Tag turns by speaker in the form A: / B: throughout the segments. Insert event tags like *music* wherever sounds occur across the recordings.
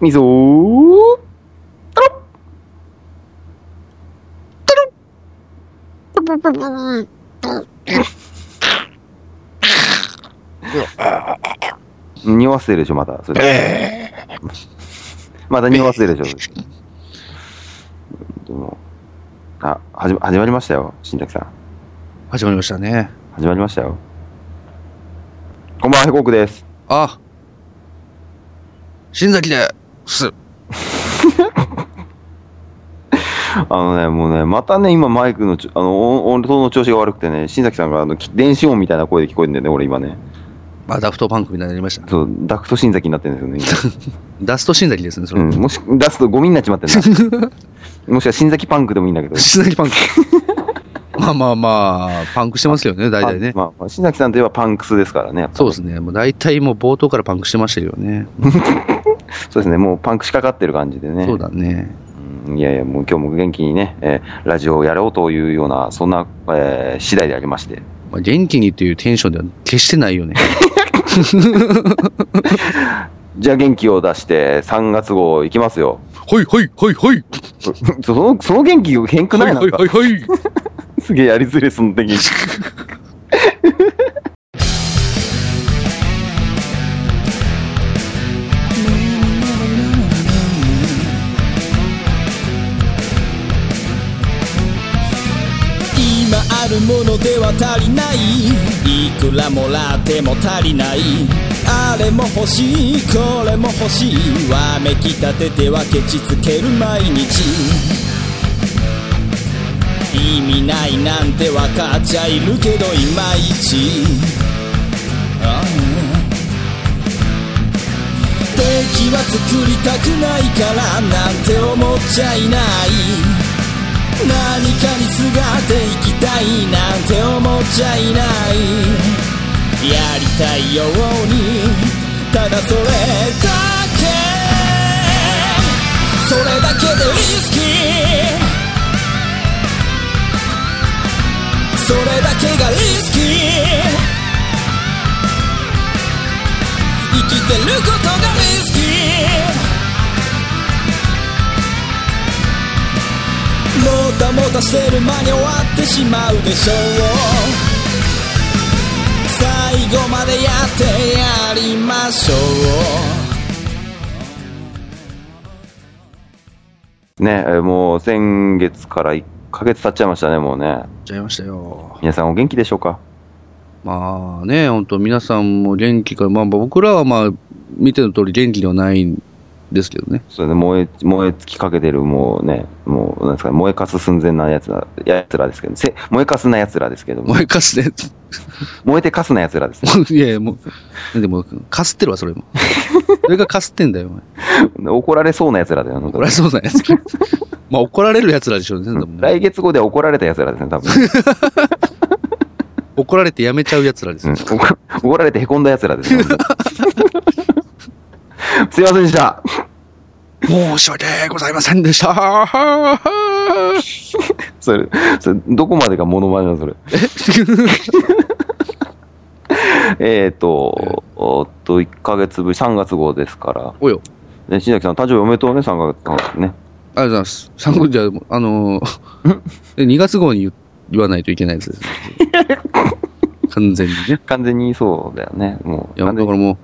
A: みぞーたろたろ匂わせてるでしょ、また。それ
B: ええ
A: また匂わせてるでしょ。でも、あ、始ま始まりましたよ、新宅さん。
B: 始まりましたね。
A: 始まりましたよ。こんばんは、ヘコークです。
B: あ、新崎です。
A: あのね、もうね、またね、今マイクのちょ、あの、音音の調子が悪くてね、新崎さんがあのき電子音みたいな声で聞こえてんだよね、俺今ね。
B: まあ、ダフトパンクみたいになりましたね。
A: そう、ダクト新崎になってるんですよね、今。
B: ダスト新崎ですね、それ。
A: うん、もし、出すとゴミになっちまってんな。もしくは新崎パンクでもいいんだけど。
B: *laughs* 新崎パンク。 *laughs* まあまあまあ、パンクしてますよね、大体ね
A: あ。まあ、まあ新崎さんといえばパンクスですからね、やっぱ
B: そうですね。もう大体もう冒頭からパンクしてましたよね。
A: そうですね、もうパンクしかかってる感じでね。
B: そうだね。
A: うんいやいや、もう今日も元気にね、えーラジオをやろうというような、そんな、えー次第でありまして。
B: まあ、元気にというテンションでは決してないよね。
A: じゃあ元気を出して、3月号いきますよ。
B: *laughs* ほいほいほいほい。
A: そその、その元気変く
B: ほ
A: ないいな
B: ほ
A: ん
B: い *laughs*
A: か
B: ほ。いほい。
A: すげえやりづれ、その元気。
B: *laughs*
C: 今あるものでは足りないいくらもらっても足りないあれも欲しいこれも欲しいわめきたててはケチつける毎日意味ないなんてわかっちゃいるけどいまいちああ敵は作りたくないからなんて思っちゃいない何かにすがっていきたいなんて思っちゃいないやりたいようにただそれだけそれだけでリスキーそれだけがリスキー生きてることがリスキーもたもたしてる間に終わってしまうでしょう最後までやってやりましょう
A: ね、えーもう先月から1ヶ月経っちゃいましたね、もうね。
B: ちゃいましたよ。
A: 皆さんお元気でしょうか
B: まあね、本当皆さんも元気か、まあ僕らはまあ、見ての通り元気ではないんですけどね。
A: それで燃え、燃え尽きかけてる、もうね、もう、なんですかね、燃えかす寸前なやつら、やつらですけど、せ燃えかすなやつらですけど
B: *laughs*
A: も、
B: 燃えかすね。
A: 燃えてかすなやつらです
B: *laughs*
A: ね。
B: いやいや、もう、でも、かすってるわ、
A: *laughs*
B: それも。それがかすってんだよ、お前。
A: 怒られそうなやつらだよ、
B: 怒られそうなやつ。 *laughs* まあ、怒られるやつらでしょうね、でもね
A: 来月後で怒られたやつらですね、多
B: *laughs*
A: 分。
B: 怒られてやめちゃうやつらです
A: うん
B: よ。
A: 怒怒られてへこんだやつらですね。本
B: *laughs*
A: 当にすいませんでした。
B: 申し訳ございませんでした。 *laughs*
A: それ、それどこまでがモノマネなの、それ。 *laughs* えっと、おっと、1ヶ月ぶり、3月号ですから。
B: およ。
A: ね、新崎さん、誕生日おめでとうね、3月号ね。
B: ありがとうございます。参考にじゃあ、あ
A: *laughs*
B: のー、2月号に言言わないといけないやつですね。完全にね。
A: 完全にそうだよね、もう。
B: いや、だ
A: 完
B: か
A: 全に
B: らもう、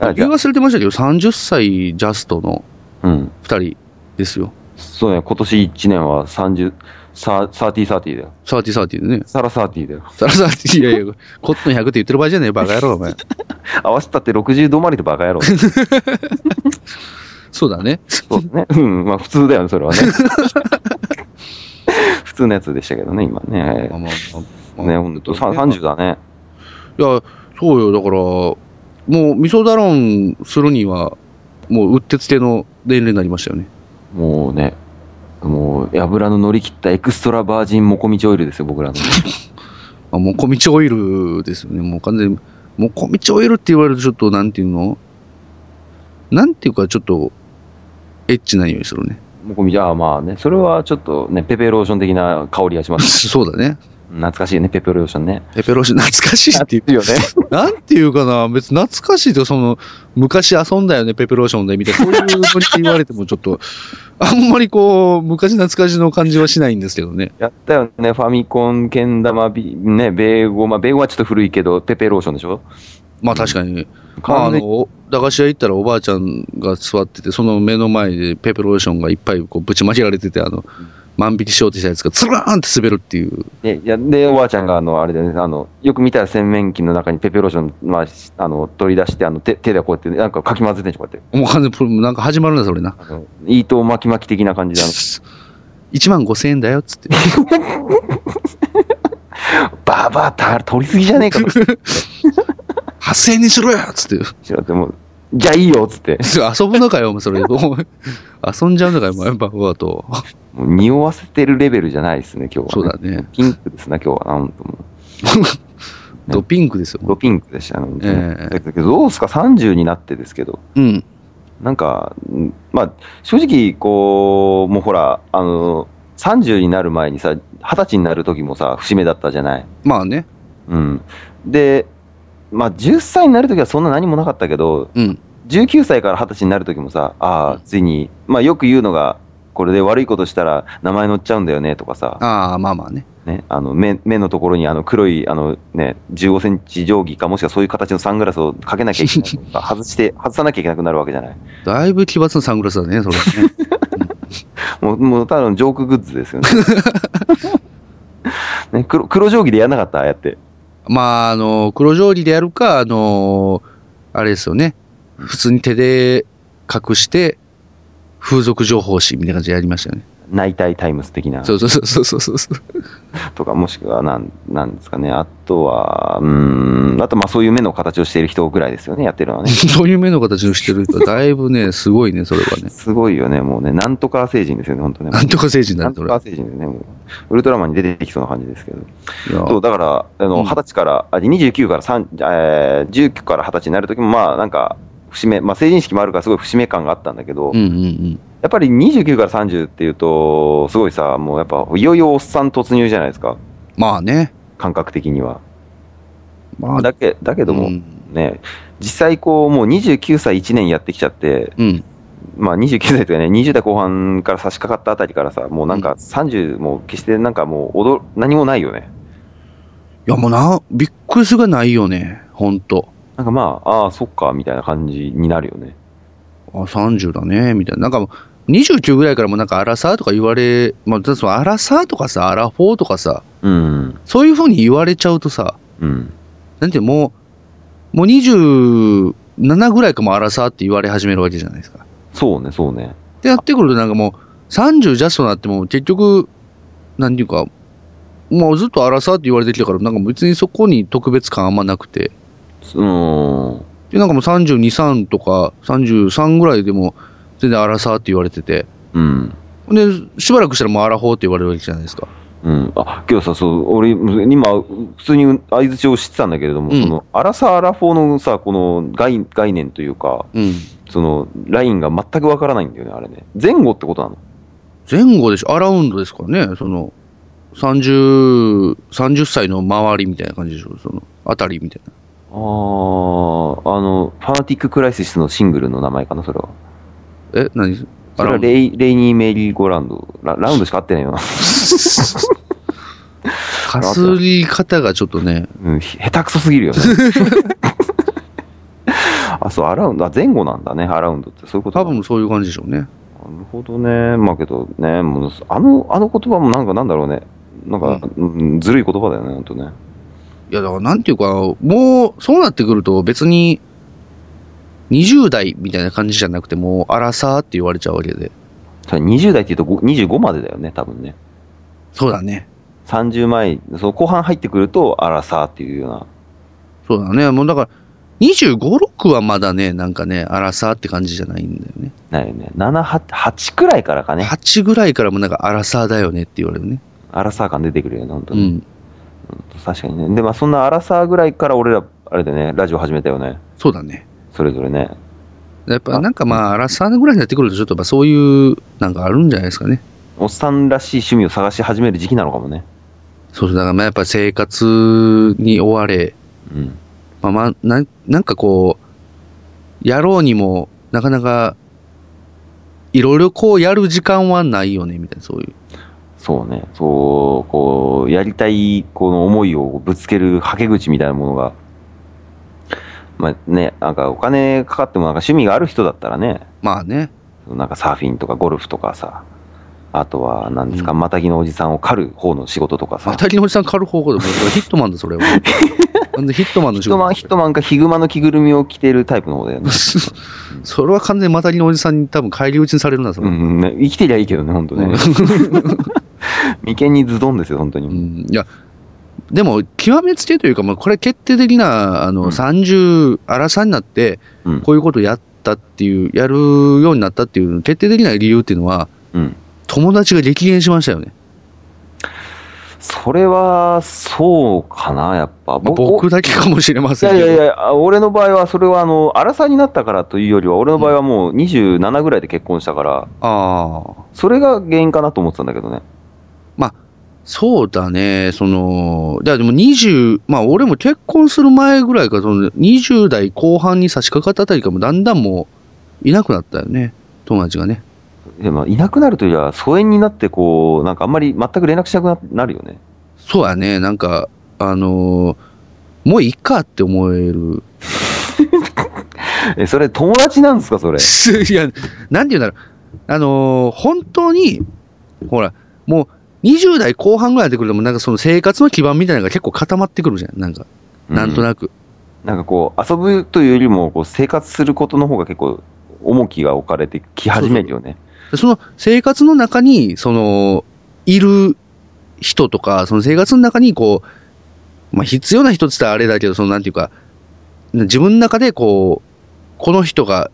A: あじゃ
B: 言い
A: あ
B: 忘れてましたけど、30歳ジャストの
A: うん。
B: 2人ですよ。
A: そうね、今年1年は30、サーティーサーティーだよ。
B: サーティサーティでね。
A: サラサーティーだ
B: *laughs*
A: よ。
B: サラサーティいやいや、コットン100って言ってる場合じゃねえよ、バカ野郎、
A: *laughs*
B: お前。
A: 合わせたって60止まりとバカ野郎。そ
B: そうだね。
A: う
B: *laughs*
A: だね。うん、まあ普通だよね、それはね。 *laughs* 普通のやつでしたけどね、今ね
B: まあ。まあまあ
A: ね、ほんと、さ30だね。
B: いや、そうよ、だから、もう、味噌ダロンするには、もう、うってつけの年齢になりましたよね。
A: もうね、もう、油の乗り切ったエクストラバージンモコミチオイルですよ、僕らの。
B: あ、もこみちオイルですよね。もう完全に、もこみちオイルって言われると、ちょっと、なんていうのなんていうか、ちょっと、エッチな匂いするね。 *laughs*
A: モコミチ、ああまあね、それはちょっとね、ペペローション的な香りがします。
B: そうだね。
A: 懐かしいね、ペペローションね。
B: ペペロシ懐かしいっていう。
A: よね。
B: なんていうかな、別に懐かしいとか、その、昔遊んだよね、ペペローションで、みたいな、そういうノリって言われても、ちょっと、 *laughs* あんまりこう、昔懐かしの感じはしないんですけどね。
A: *laughs* やったよね、ファミコン、けん玉、ビね、ベーゴマ、ベーゴはちょっと古いけど、ペペローションでしょ
B: まあ確かに。まあ、あ
A: 完全に
B: の、駄菓子屋行ったらおばあちゃんが座ってて、その目の前でペペローションがいっぱいこうぶちまけられてて、あの、万引きしようとしたやつがつらーんって滑るっていう。
A: で、いやで、おばあちゃんが、あの、あれだよね、あの、よく見たら洗面器の中にペペローション、まあ、しあの、取り出して、あの、手、手でこうやって、なんかかき混ぜてんじゃん、こうやって。
B: もう完全にプロ、なんか始まるな、それな。
A: あの、糸巻き巻き的な感じで、あの
B: 1万5千円だ
A: *laughs*
B: よ、つって。
A: バーバーター取りすぎじゃねえ
B: *laughs*
A: かと思っ
B: 8千円にしろよ、つって。 *laughs*
A: てでも、じゃあいいよ、っつって。
B: 遊ぶのかよ、お前、それ。 *laughs* お前遊んじゃうのかよ、お前、バフアと。
A: もう匂わせてるレベルじゃないですね、今日は、
B: そうだね。
A: ピンクですな、今日はな、本当も
B: ドピンクです
A: う。
B: よ。
A: ドピンクでしたね。
B: ええ
A: だけど、どうですか、30になってですけど。
B: うん。
A: なんか、うんまあ、正直、こう、もうほら、あの、30になる前にさ、20歳になる時もさ、節目だったじゃない。
B: まあね。
A: うん。で、まあ、10歳になる時はそんな何もなかったけど、
B: うん。
A: 19歳から20歳になる時もさ、ああ、ついに、まあ、よく言うのが、これで悪いことしたら名前載っちゃうんだよねとかさ、
B: ああ、まあまあね。
A: ね、あの目目のところにあの黒いあの、ね、15センチ定規か、もしくはそういう形のサングラスをかけなきゃいけないと
B: *laughs*
A: か外して、外さなきゃいけなくなるわけじゃない。
B: だいぶ奇抜なサングラスだね、それは
A: *laughs*
B: ね。
A: もう、もうただのジョークグッズ
B: *laughs*
A: ですよね。ね黒黒定規でやんなかったああやって。
B: まあ、あの、黒定規でやるか、あの、あれですよね。普通に手で隠して、風俗情報誌みたいな感じでやりましたよね。
A: 内体タイムス的な
B: そうそうそうそうそう *laughs* そう。
A: とか、もしくはなん、なんですかね。あとは、うーん、あとまあそういう目の形をしている人ぐらいですよね、やってるの
B: *laughs*
A: はね。
B: そういう目の形をしてる人は、だいぶね、すごいね、それはね。
A: すごいよね、もうね。なんとか星人ですよね、本当ね。
B: なんとか成人だ
A: な
B: ね、
A: ん
B: そ
A: と
B: れ
A: か。星人ですね、もう。ウルトラマンに出てきそうな感じですけど。
B: いや
A: そう、だから、あ
B: う
A: の、
B: ん
A: 二十歳から、あ、29から3、えー、19から20歳になるときも、まあなんか、節目、まあ成人式もあるからすごい節目感があったんだけど、
B: うんうんうん。
A: やっぱり29から30っていうと、すごいさ、もうやっぱ、いよいよおっさん突入じゃないですか、
B: まあね。
A: 感覚的には。
B: まあ、
A: だけだけども、
B: うん
A: ね、実際こう、もう29歳1年やってきちゃって、
B: うん。
A: まあ29歳というかね、20代後半から差し掛かったあたりからさ、もうなんか30、もう決してなんかもう踊る、何もないよね。
B: いや、もうな、びっくりするがないよね。ほんと。
A: なんかまあ、ああ、そっか、みたいな感じになるよね。
B: あ、30だね、みたいな。なんかもう、29ぐらいからもうなんか、アラサーとか言われ、まあ、だってそのアラサーとかさ、アラフォーとかさ、
A: うん。
B: そういうふうに言われちゃうとさ、
A: うん。
B: なんていうのもう、もう27ぐらいかもアラサーって言われ始めるわけじゃないですか。
A: そうね、そうね。
B: で、やってくるとなんかもう、30ジャストになっても、結局、なんていうか、もうずっとアラサーって言われてきたから、なんか別にそこに特別感あんまなくて。
A: うーん。
B: で、なんかもう32、3とか、33ぐらいでも、全然アラサーって言われてて。
A: うん。
B: で、しばらくしたらもうアラフォーって言われるわけじゃないですか。
A: うん、あけどさ、そう俺、今、普通に相づちをしてたんだけれども、
B: うん
A: そのアラサー・アラフォーのさ、この概概念というか、
B: うん。
A: そのラインが全くわからないんだよね、あれね。前後ってことなの
B: 前後でしょ、アラウンドですからね、その、30、30歳の周りみたいな感じでしょ、その、あたりみたいな。
A: あーあの、ファナティック・クライシスのシングルの名前かな、それは。
B: え、何
A: それはレイレイニー・メリー・ゴーラウンドラ。ラウンドしか合ってないよな。
B: かすり方がちょっとね、
A: うん、ひ下手くそすぎ
B: *laughs*
A: るよね。あ、そう、アラウンド、あ前後なんだね、アラウンドって、そういうこと
B: 多
A: なの
B: 分そういう感じでしょうね。
A: なるほどね。まあけどね、もうあの、あの言葉もなんかなんだろうね。なんか、うんずるい言葉だよね、ほんとね。
B: いや、だからなんていうか、もう、そうなってくると別に、20代みたいな感じじゃなくて、もう、アラサーって言われちゃうわけで。
A: それ20代って言うと5 25までだよね、多分ね。
B: そうだね。
A: 30前、その後半入ってくると、あらさーっていうような。
B: そうだね。もうだから、25、6はまだね、なんかね、アラサーって感じじゃないんだよね。
A: ないよね。7、8、8くらいからかね。
B: 8ぐらいからもなんかアラサーだよねって言われるね。
A: あらさー感出てくるよね、ほんと
B: う
A: に。
B: ん。
A: 確かにね。で、まあそんなあらさーぐらいから俺ら、あれでね、ラジオ始めたよね。
B: そうだね。
A: それぞれね。
B: やっぱなんかまあ、アラサーぐらいになってくると、ちょっとまあそういう、なんかあるんじゃないですかね。
A: おっさんらしい趣味を探し始める時期なのかもね。
B: そうそう、だからまあやっぱ生活に追われ、
A: うん。
B: まあまあ、なんなんかこう、やろうにも、なかなか、いろいろこうやる時間はないよね、みたいな、そういう。
A: そうね。そう、こう、やりたい、この思いをぶつけるはけ口みたいなものが、まあね、なんかお金かかってもなんか趣味がある人だったらね、
B: まあね。
A: なんかサーフィンとかゴルフとかさ、あとは、なんですか、
B: う
A: またぎのおじさんを狩る方の仕事とかさ
B: 当、たりのおじさん狩る方向で、もうそれヒットマンだ、それは。なんでヒットマンの
A: ヒ
B: 仕
A: ット
B: 事
A: マン、ヒットマンかヒグマの着ぐるみを着てるタイプの方だよね。
B: それは完全にマタギのおじさんに多分返り討ちにされ *laughs* るな、それ。
A: う
B: うん
A: ん、ね生きてりゃいいけどね、本当ね。 *laughs* 眉間にズドンですよ、本当に。
B: いや、でも、極めつけというか、まあ、これ決定的な、あの、
A: うん
B: 30、荒さになって、
A: うん。
B: こういうことをやったっていう、やるようになったっていう、決定的な理由っていうのは、
A: うん。
B: 友達が激減しましたよね。
A: それは、そうかな、やっぱ。
B: まあ
A: ぼ
B: 僕だけかもしれま
A: い
B: せん
A: や
B: け
A: い
B: ど。
A: やいや、あ俺の場合は、それは、あの、荒さになったからというよりは、俺の場合はもう27ぐらいで結婚したから、
B: ああ。
A: それが原因かなと思ってたんだけどね。
B: そうだね、その、だからでも20、まあ俺も結婚する前ぐらいか、その20代後半に差し掛かったあたりからもだんだんもういなくなったよね、友達がね。
A: でも、いなくなるというよりは、疎遠になって、こう、なんかあんまり全く連絡しなくななるよね。
B: そうやね、なんか、あのーもういいかって思える。
A: え、それ、友達なんですか、それ。
B: いや、 *laughs* なんて言うんだろう、あのー本当に、ほら、もう20代後半ぐらいでくると、もうなんかその生活の基盤みたいなのが結構固まってくるじゃん、なんか、なんと
A: く。
B: なく。
A: なんかこう、遊ぶというよりも、こう、生活することの方が結構、重きが置かれてき始めるよね。
B: でその生活の中に、その、いる人とか、その生活の中に、こう、まあ、必要な人って言ったらあれだけど、その、なんていうか、自分の中で、こう、この人が、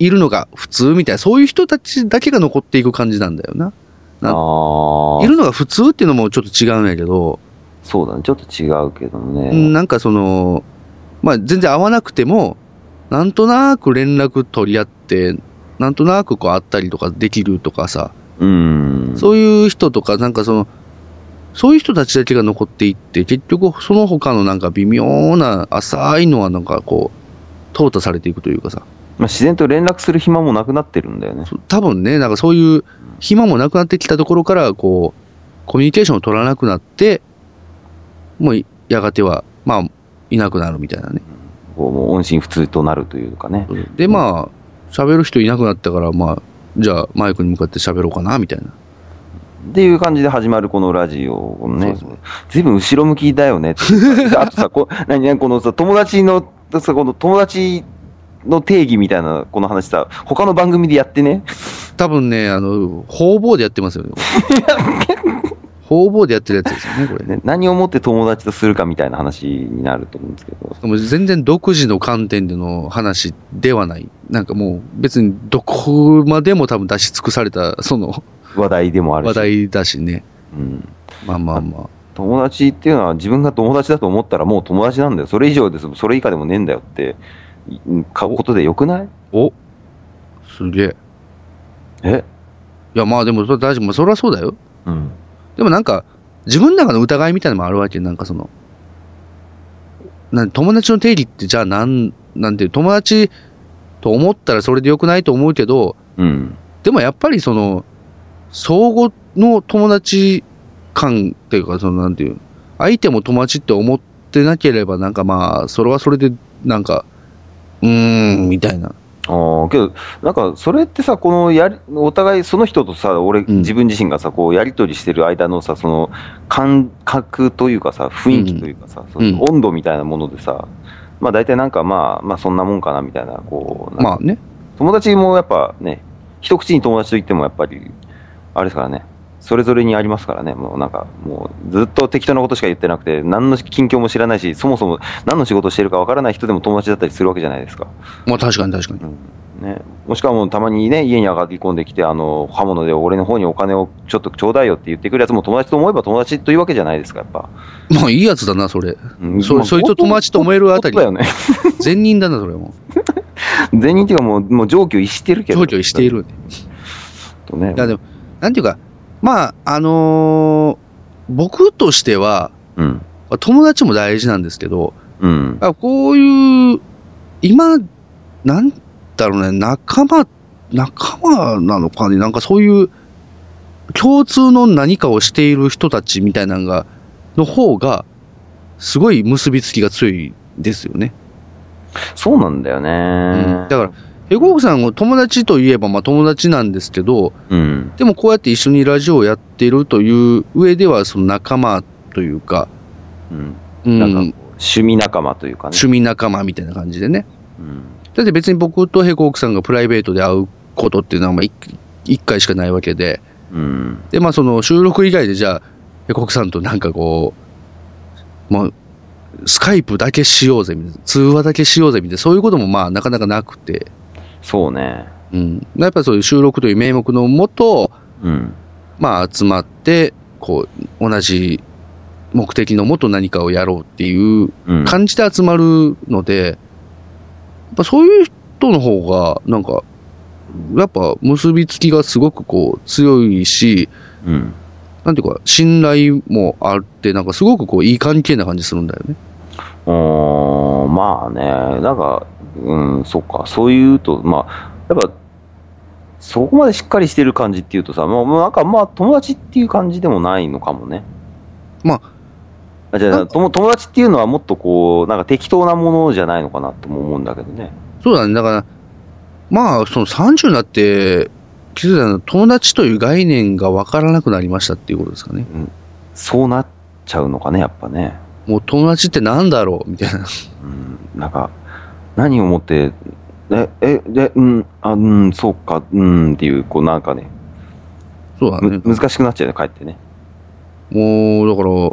B: いるのが普通みたいな、そういう人たちだけが残っていく感じなんだよな。な
A: ああ。
B: いるのが普通っていうのもちょっと違うんやけど、
A: そうだね。ちょっと違うけどね。
B: なんかその、まあ、全然会わなくても、なんとなく連絡取り合って、なんとなくこう会ったりとかできるとかさ、
A: うん。
B: そういう人とか、なんかその、そういう人たちだけが残っていって、結局その他のなんか微妙な浅いのはなんかこう、淘汰されていくというかさ、
A: まあ、自然と連絡する暇もなくなってるんだよね。
B: そ多分ね、なんかそういう暇もなくなってきたところから、こう、コミュニケーションを取らなくなって、もういやがては、まあ、いなくなるみたいなね。
A: こうもう音信不通となるというかね。
B: で、まあ、喋る人いなくなったから、まあ、じゃあマイクに向かって喋ろうかな、みたいな。
A: っていう感じで始まるこのラジオをね
B: そうそう、
A: ずいぶん後ろ向きだよねって *laughs* いうかあとさ、こう何何このさ友達のさこの友達の定義みたいなこの話さ、他の番組でやってね、
B: 多分ね、あの、方々でやってますよ
A: *laughs*
B: ね。これ方々でやってるやつですよね、これね。
A: ね何をもって友達とするかみたいな話になると思うんですけど、
B: もう全然独自の観点での話ではない。なんかもう別にどこまでも多分出し尽くされた、その
A: 話題でもある
B: 話
A: し、
B: 題だしね。
A: うん、
B: まあまあまあ。
A: 友達っていうのは自分が友達だと思ったらもう友達なんだよ、それ以上です、それ以下でもねえんだよって、いかことでよくない
B: おすげえ。
A: え、
B: いやまあでもそれ大丈夫。まあそれはそうだよ。
A: うん、
B: でもなんか、自分の中の疑いみたいなのもあるわけ。なんかその、なん友達の定義ってじゃあなん、なんていう、友達と思ったらそれでよくないと思うけど、
A: うん、
B: でもやっぱりその、相互の友達感っていうか、そのなんていう、相手も友達って思ってなければ、なんかまあ、それはそれで、なんか、うーん、みたいな。
A: ああ、けど、なんか、それってさ、このやり、お互い、その人とさ、俺、
B: ん
A: 自分自身がさ、こう、やりとりしてる間のさ、その、感覚というかさ、雰囲気というかさ、その
B: うん
A: 温度みたいなものでさ、まあ、大体なんか、まあ、まあ、そんなもんかな、みたいな、こう、なんか
B: まあね。
A: 友達もやっぱね、一口に友達と言っても、やっぱり、あれですからね、それぞれにありますからね、もうなんか、もう、ずっと適当なことしか言ってなくて、何の近況も知らないし、そもそも、何の仕事をしてるかわからない人でも友達だったりするわけじゃないですか。
B: まあ確かに確か
A: *laughs*
B: に。
A: ね、もしくはもうたまにね、家に上がり込んできて、あの、刃物で俺の方にお金をちょっとちょうだいよって言ってくるやつも友達と思えば友達というわけじゃないですか、やっぱ。
B: まあいいやつだな、それ。
A: うん
B: そ
A: まあ
B: そいつを友達と思えるあたり
A: 本当だよね。
B: 善人だな、それも。
A: *laughs* 全人っていうかもう、もう上級してるけど。
B: 上居してい。る。
A: とね
B: い。やでも、なんていうか、まあ、あのー僕としては、
A: うん。
B: まあ友達も大事なんですけど、
A: うん。
B: あこういう、今、なんだろうね、仲間、仲間なのかね、なんかそういう、共通の何かをしている人たちみたいなのが、の方が、すごい結びつきが強いですよね。
A: そうなんだよね。
B: うんだから、ヘゴーさんを友達といえば、まあ友達なんですけど、
A: うん。
B: でもこうやって一緒にラジオをやってるという上では、その仲間というか、
A: うん。
B: うん、
A: なんかこう趣味仲間というかね。
B: 趣味仲間みたいな感じでね。
A: うん。
B: だって別に僕とヘコークさんがプライベートで会うことっていうのはまあ一一回しかないわけで、
A: うん。
B: で、まあその収録以外でじゃあ、ヘコークさんとなんかこう、まあ、スカイプだけしようぜみたいな、通話だけしようぜみたいな、そういうこともまあなかなかなくて、
A: そうね。
B: うん。やっぱりそういう収録という名目のもと、
A: うん。
B: まあ集まって、こう、同じ目的のもと何かをやろうっていう
A: うん。
B: 感じで集まるので、やっぱそういう人の方が、なんか、やっぱ結びつきがすごくこう強いし、
A: うん。
B: なんていうか、信頼もあって、なんかすごくこういい関係な感じするんだよね。
A: おーまあね、なんか、うん、そっか、そういうと、まあ、やっぱ、そこまでしっかりしてる感じっていうとさ、もうもうなんか、まあ、友達っていう感じでもないのかもね。
B: まあ
A: あ、じゃ
B: な
A: あ、
B: ん
A: 友友達っていうのはもっとこう、なんか適当なものじゃないのかなとも思うんだけどね。
B: そうだね。だから、まあ、その30になって、気づいたのは友達という概念が分からなくなりましたっていうことですかね。
A: そうなっちゃうのかね、やっぱね。
B: もう友達ってなんだろうみたいな。
A: うん、なんか、何をもって、え、え、で、うん、あ、うん、そうか、うんっていう、こうなんかね、
B: そうだね
A: む。難しくなっちゃうよね、帰ってね。
B: もう、だから、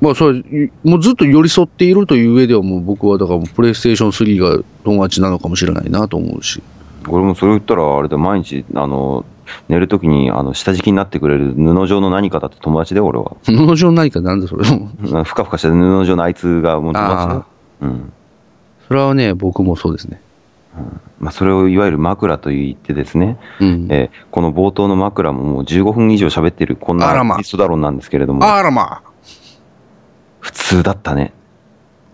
B: まあ、それ、いもうずっと寄り添っているという上では、もう僕は、だからもう、プレイステーション3が友達なのかもしれないなと思うし。
A: 俺もそれを言ったら、あれで毎日、あの、寝るときに、あの、下敷きになってくれる布状の何かだって友達で、俺は。
B: 布状何かなんだそれ。 *laughs*
A: うんふかふかした布状のあいつがもう友達だ
B: ああ
A: よ。。うん。
B: それはね、僕もそうですね。
A: まあ、それをいわゆる枕と言ってですね、
B: うん。
A: えーこの冒頭の枕ももう15分以上喋ってる、こんな
B: あらま
A: アーティストだろうなんですけれども、
B: あらまあ
A: 普通だったね。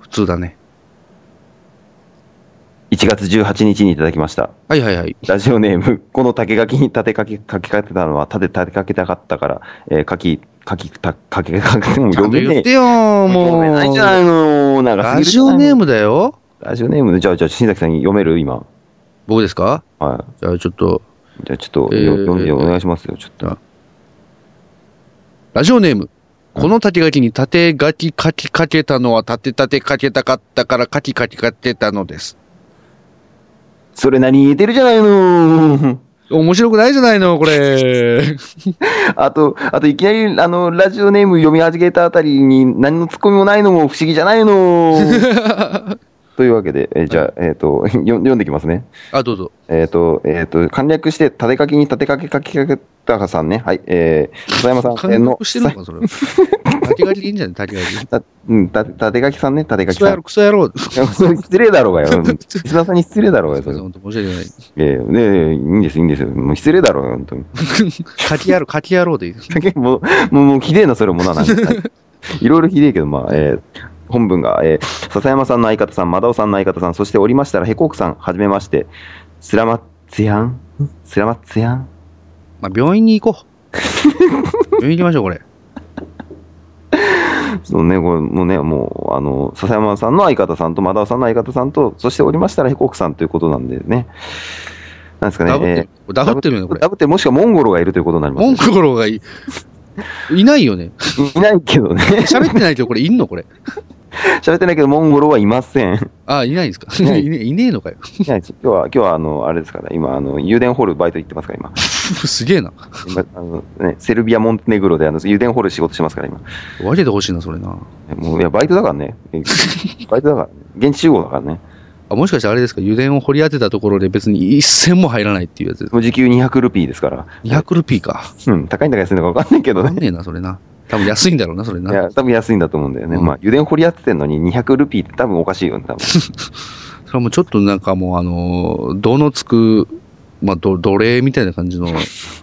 B: 普通だね。
A: 1月18日にいただきました。
B: はいはいはい。
A: ラジオネーム、この竹垣に立てかけ、かけかけたのは、立て、立てかけたかったから、えー、かき、かき、た、かけかけ、もう
B: ちゃ
A: 読
B: んと
A: めね
B: 言
A: え
B: ってよー、も
A: 読めないじゃな
B: う。
A: いの、なんか
B: ラジオネー
A: ム。
B: ムだよ。
A: ラジオネームで、じゃあ、じゃあ、新崎さんに読める今。
B: 僕ですか
A: は
B: じゃあちょっと、
A: い。じゃあ、ちょっと、
B: えー
A: よ読んでお願いしますよ、ちょっと。
B: ラジオネーム。この竹垣に縦書き書きかけたのは縦縦書けたかったから書き書きかけたのです。
A: それ何言えてるじゃないの。
B: 面白くないじゃないの、これ。
A: あと、あと、いきなり、あの、ラジオネーム読み始めたあたりに、何のツッコミもないのも不思議じゃないの。というわけで、えーじゃあ、えっ、と、よ読んでいきますね。
B: *laughs* あ、どうぞ。
A: えっ、と、えっ、と、簡略して、立てかけに立てかけかきかけたかさんね。はい、えー、笹山さん、えー
B: 感
A: の
B: 覚、してるのか、それ。竹狩りでいいんじゃない竹狩 *laughs* り。
A: さうん、た立てかきさんね、立てか
B: ク
A: き
B: ソ
A: さ
B: 野
A: ん
B: 郎、。クソ野郎。
A: いやそれ *laughs* 失礼だろうが
B: *laughs*
A: よ。石田さんに失礼だろうがよ、それ。
B: 本当申し訳ない。
A: ええねえ、いいんです、いいんですよ。もう失礼だろうよ、本当に。 *laughs*
B: かき野郎、かき野郎でいい。
A: もう、もう、もう、ひでえな、それもな、
B: *laughs*
A: なんか。いろいろひでえけど、まあ、えー本文が、えー笹山さんの相方さん、マダオさんの相方さん、そしておりましたら、へこくさん、はじめまして。スラマッツヤンスラマッツヤン
B: まあ、病院に行こ *laughs* う。病院行きましょう、これ。
A: そうね、これもうね、もう、あの、笹山さんの相方さんと、マダオさんの相方さんと、そしておりましたら、へこくさんということなんでね。なんですかね、
B: ダブって
A: え
B: る。ダブってるよね、これ
A: ダ。ブって、もしくはモンゴロがいるということになります
B: モ
A: ね、
B: ンゴロがいいないよね。
A: いないけどね。
B: *laughs* 喋ってないけど、これいんのこれ。
A: 喋ってないけど、モンゴロはいませ
B: *laughs*
A: ん。
B: あ、いないんですか。
A: ない
B: いねいねえのかよ。 *laughs*
A: いないです今日は、今日は、あの、あれですから、今、あの、油田ホールバイト行ってますから、今。
B: すげえな。
A: 今あのね、セルビア、モンテネグロで、あの、油田ホール仕事してますから、今。
B: 分けてほしいな、それな。
A: もう、いや、バイトだから
B: *laughs*
A: ね。えバイトだから、ね、現地集合だからね。
B: あ、もしかしてあれですか、油田を掘り当てたところで別に一銭も入らないっていうやつ。
A: もう時給200ルピーですから。
B: 200ルピーか。
A: うん、高いんだか安いんだか分かんないけど
B: わかん
A: ね。
B: ねえな、それな。多分安いんだろうな、それ
A: い
B: な。
A: や、多分安いんだと思うんだよね。
B: うん
A: まあ、油田掘り当ててんのに200ルピーって
B: *laughs*
A: 多分おかしいよね、多分。
B: それはもうちょっとなんかもう、あのー、どのつく、まあ、ど奴隷みたいな感じの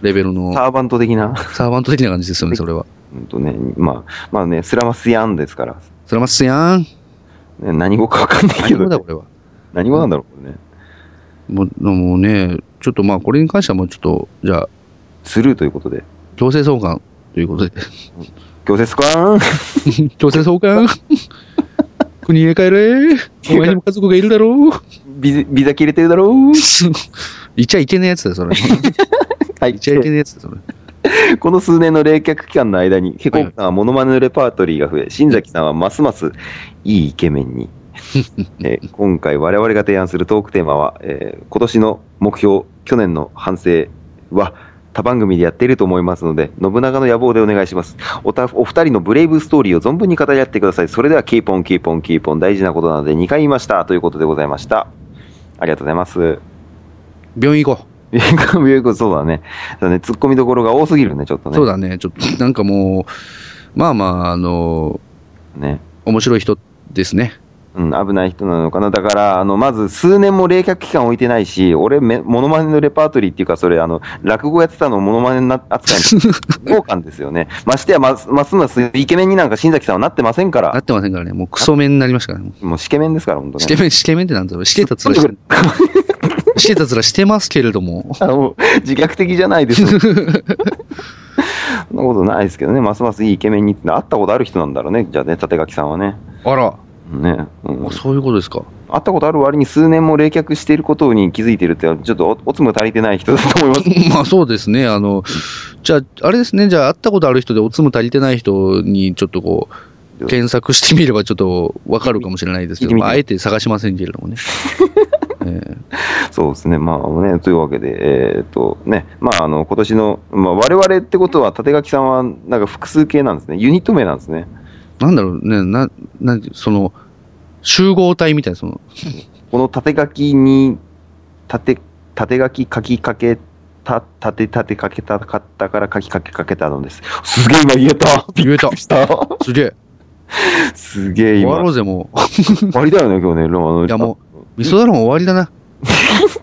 B: レベルの、
A: サーバント的な、
B: サーバント的な感じですよね、それは。
A: うんとね、まあ、まあね、スラマスヤンですから、
B: それますやん。
A: ね何語かわかんない
B: 何
A: け
B: 語
A: ど、
B: だ、これは。
A: 何語なんだろうね。
B: もうもうね、ちょっとまあ、これに関してはもうちょっと、じゃあ、
A: スルーということで、
B: 強制送還ということで。 *laughs*
A: 強制スカーン
B: 強制送還国へ帰れお前にも家族がいるだろう
A: ビザビザ切れてるだろう
B: いちゃいけないやつだよ、それ。
A: はい
B: いちゃいけないやつだよ、それ。
A: この数年の冷却期間の間に、ケコさんはモノマネのレパートリーが増え、新崎さんはますますいいイケメンに。えー今回我々が提案するトークテーマは、えー今年の目標、去年の反省は、他番組でやっていると思いますので、信長の野望でお願いします。おたお二人のブレイブストーリーを存分に語り合ってください。それでは、キーポン、キーポン、キーポン、大事なことなので2回言いました。ということでございました。ありがとうございます。
B: 病院行こ
A: いやいうことそうだね。そうだね、ツッコミどころが多すぎるね、ちょっと
B: う。
A: ね。
B: そうだね、ちょっと、なんかもう、まあまあ、あの、
A: ね。
B: 面白い人ですね。
A: うん、危ない人なのかな。だから、あの、まず数年も冷却期間置いてないし、俺め、モノマネのレパートリーっていうか、それ、あの、落語やってたのをモノマネな扱い
B: *laughs*
A: に感ですよね。ましてや、ます、ますますイケメンになんか新崎さんはなってませんか
B: なっ
A: ら、
B: てませんからね、もうクソメンになりましたからね。
A: もうシケメンですから、本当
B: シケ
A: ね。
B: メン、シケメンってなんだろ *laughs* う。してたつらして、してたつらしてますけれども。
A: あの、自虐的じゃないです。そんなことないですけどね、ますますいいイケメンに、会ったことある人なんだろうね、じゃあね、立垣さんはね。
B: あら、
A: ね、うん
B: あそういうことですか。 *laughs*
A: 会ったことある割に数年も冷却していることに気づいてるって、ちょっとおおつむ足りてない人だと思
B: *laughs*
A: います。
B: まあそうですね、あの、じゃあ、あれですね、じゃあ、会ったことある人でおつむ足りてない人に、ちょっとこう、検索してみれば、ちょっとわかるかもしれないですけ
A: 聞いて
B: ど、
A: みて
B: まあ、あえて探しませんけれどもね。 *laughs* ええ
A: そうですね、まあね、というわけで、えーっとね、まあ、あの今年の、まあ、我々ってことは、立垣さんはなんか複数形なんですね、ユニット名なんですね、
B: なんだろうね、な、なんてその、集合体みたいな、 *laughs* その、
A: この立垣に、立て立垣書きかけた、立て立てかけたかったから書きかけかけたのです。すげえ、今言えた、
B: 言えた
A: びっくりした、
B: すげえ、
A: *laughs* すげえ、
B: 終
A: 今、
B: わろう
A: 終
B: ぜ、もう。
A: わりだよね、今日ね、ロマの
B: いや、もう、味噌だろも終わりだな。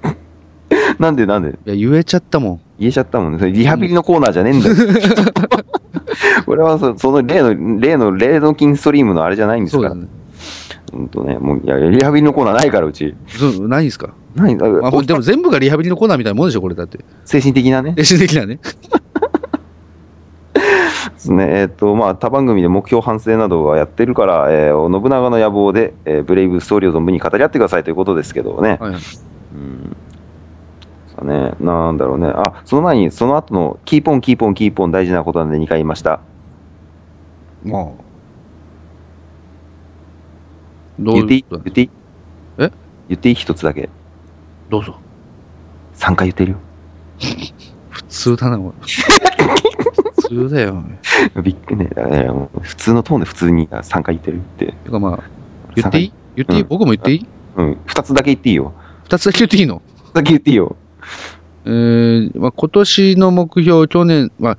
A: *laughs* なんで、なんで、
B: いや、言えちゃったもん。
A: 言えちゃったもんね、それリハビリのコーナーじゃねえんだ
B: *laughs*
A: よ。これはそその例の、例の、例の金ストリームのあれじゃないんです
B: そう
A: から
B: だ。ね。
A: うんとね、もう、いや、リハビリのコーナーないから、うち。
B: そう、ないんすか。
A: ない、だ
B: まあ、ほんでも全部がリハビリのコーナーみたいなもんでしょ、これだって。
A: 精神的なね。
B: 練習的なね。
A: ですね。えっ、と、まあ、他番組で目標反省などはやってるから、えー信長の野望で、えーブレイブストーリーを存分に語り合ってくださいということですけどね。
B: はいはい。
A: うん。そうだね、なんだろうね。あ、その前に、その後の、キーポン、キーポン、キーポン、大事なことなんで2回言いました。
B: まあ。どう
A: 言っていい
B: どう
A: 言っていい
B: え
A: 言っていい一つだけ。
B: どうぞ。
A: 3回言ってるよ。 *laughs*
B: 普通だな、おい *laughs* 普通だよ。おい
A: びっくりね。だからもう普通のトーンで普通に3回言ってるって。
B: てかまあ、言っていい言っていい、
A: うん
B: 僕も言っていい
A: うん。2つだけ言っていいよ。
B: 二つだけ言っていいの
A: 2つだけ言っていいよ。
B: えー、まあ今年の目標、去年、まあ、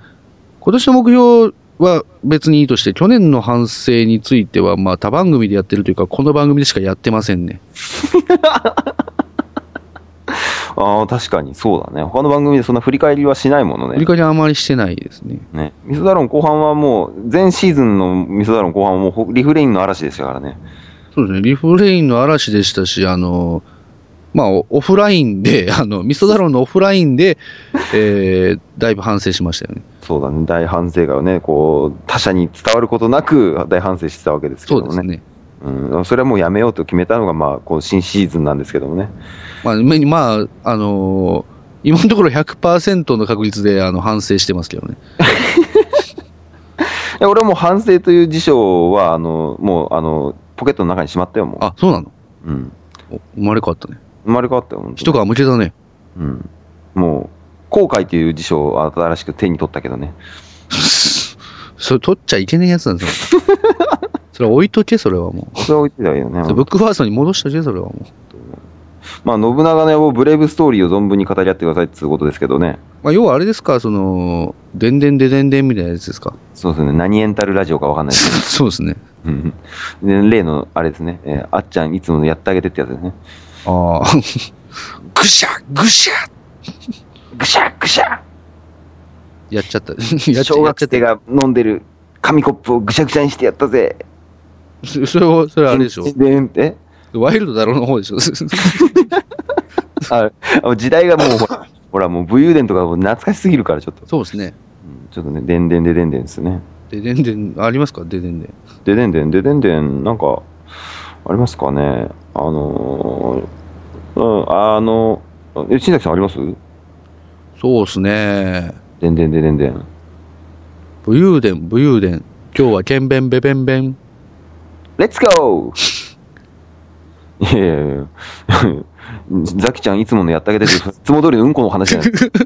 B: 今年の目標は別にいいとして、去年の反省については、まあ、他番組でやってるというか、この番組でしかやってませんね。
A: ああ、確かにそうだね。他の番組でそんな振り返りはしないもの
B: 振り
A: ね。
B: 返りはあまりしてないですね。
A: ねミスダロン後半はもう、前シーズンのミスダロン後半はもうほリフレインの嵐でしたからね。
B: そうですね、リフレインの嵐でしたし、あの、まあ、オオフラインで、 *laughs* あの、ミソダロンのオフライン *laughs* で、えー、だいぶ反省しましたよね。
A: そうだね。大反省会をね、こう、他者に伝わることなく大反省してたわけですけ
B: そ
A: ど
B: うで
A: も
B: す
A: ね。
B: ね。
A: うん、それはもうやめようと決めたのが、まあ、こう、新シーズンなんですけどもね。
B: まあ、目に、まあ、あのー今のところ100%の確率で、あの、反省してますけどね。
A: いや俺はもう反省という辞書は、あの、もう、あの、ポケットの中にしまったよ、もう。
B: あ、そうなの
A: うん。
B: お生まれ変わったね。
A: 生まれ変わったよ、本当に
B: 一皮むけたね。
A: うん。もう、後悔という辞書を新しく手に取ったけどね。
B: それ取っちゃいけないやつなんですよ。 *laughs* それ置いとけ、それはもう。
A: それは置いてたらいいよね。
B: それブックファーストに戻しとけ、それはもう。
A: まあ、信長の野望、ブレイブストーリーを存分に語り合ってくださいっていうことですけどね。
B: まあ、要はあれですか、その、でんでんででんでんみたいなやつです *laughs* か。
A: そうですね。何エンタルラジオかわかんない
B: *laughs*
A: です
B: そうですね。
A: けど。うん。で例の、あれですね、えーあっちゃんいつものやってあげてってやつですね。
B: ああ。ぐしゃぐしゃ
A: ぐしゃぐしゃ
B: やっちゃった。 *laughs* やっちゃ
A: 小
B: やっちゃ
A: 学
B: った
A: 生。が飲んでる紙コップをぐしゃぐしゃにしてやったぜ。
B: それは、それはあれでしょ
A: で。んって
B: ワイルドだろうの方 *laughs* でしょ。
A: ああ時代がもうほら、ほらもう武勇伝とかもう懐かしすぎるからちょっと。
B: そうですね。
A: うんちょっとね、でんでんででんでんですね。
B: ででんでん、ありますかででんでん。
A: ででんでんででんでん、なんか、ありますかねあのー、うん、あの、え、新崎さんあります
B: そうですね。
A: でんでんででんでん。
B: 武勇伝、武勇伝。今日はけんべんべべんべん。
A: レッツゴー *laughs* いやいやいや *laughs* ザキちゃんいつものやってあげてるいつも通りのうんこの話じゃないですか、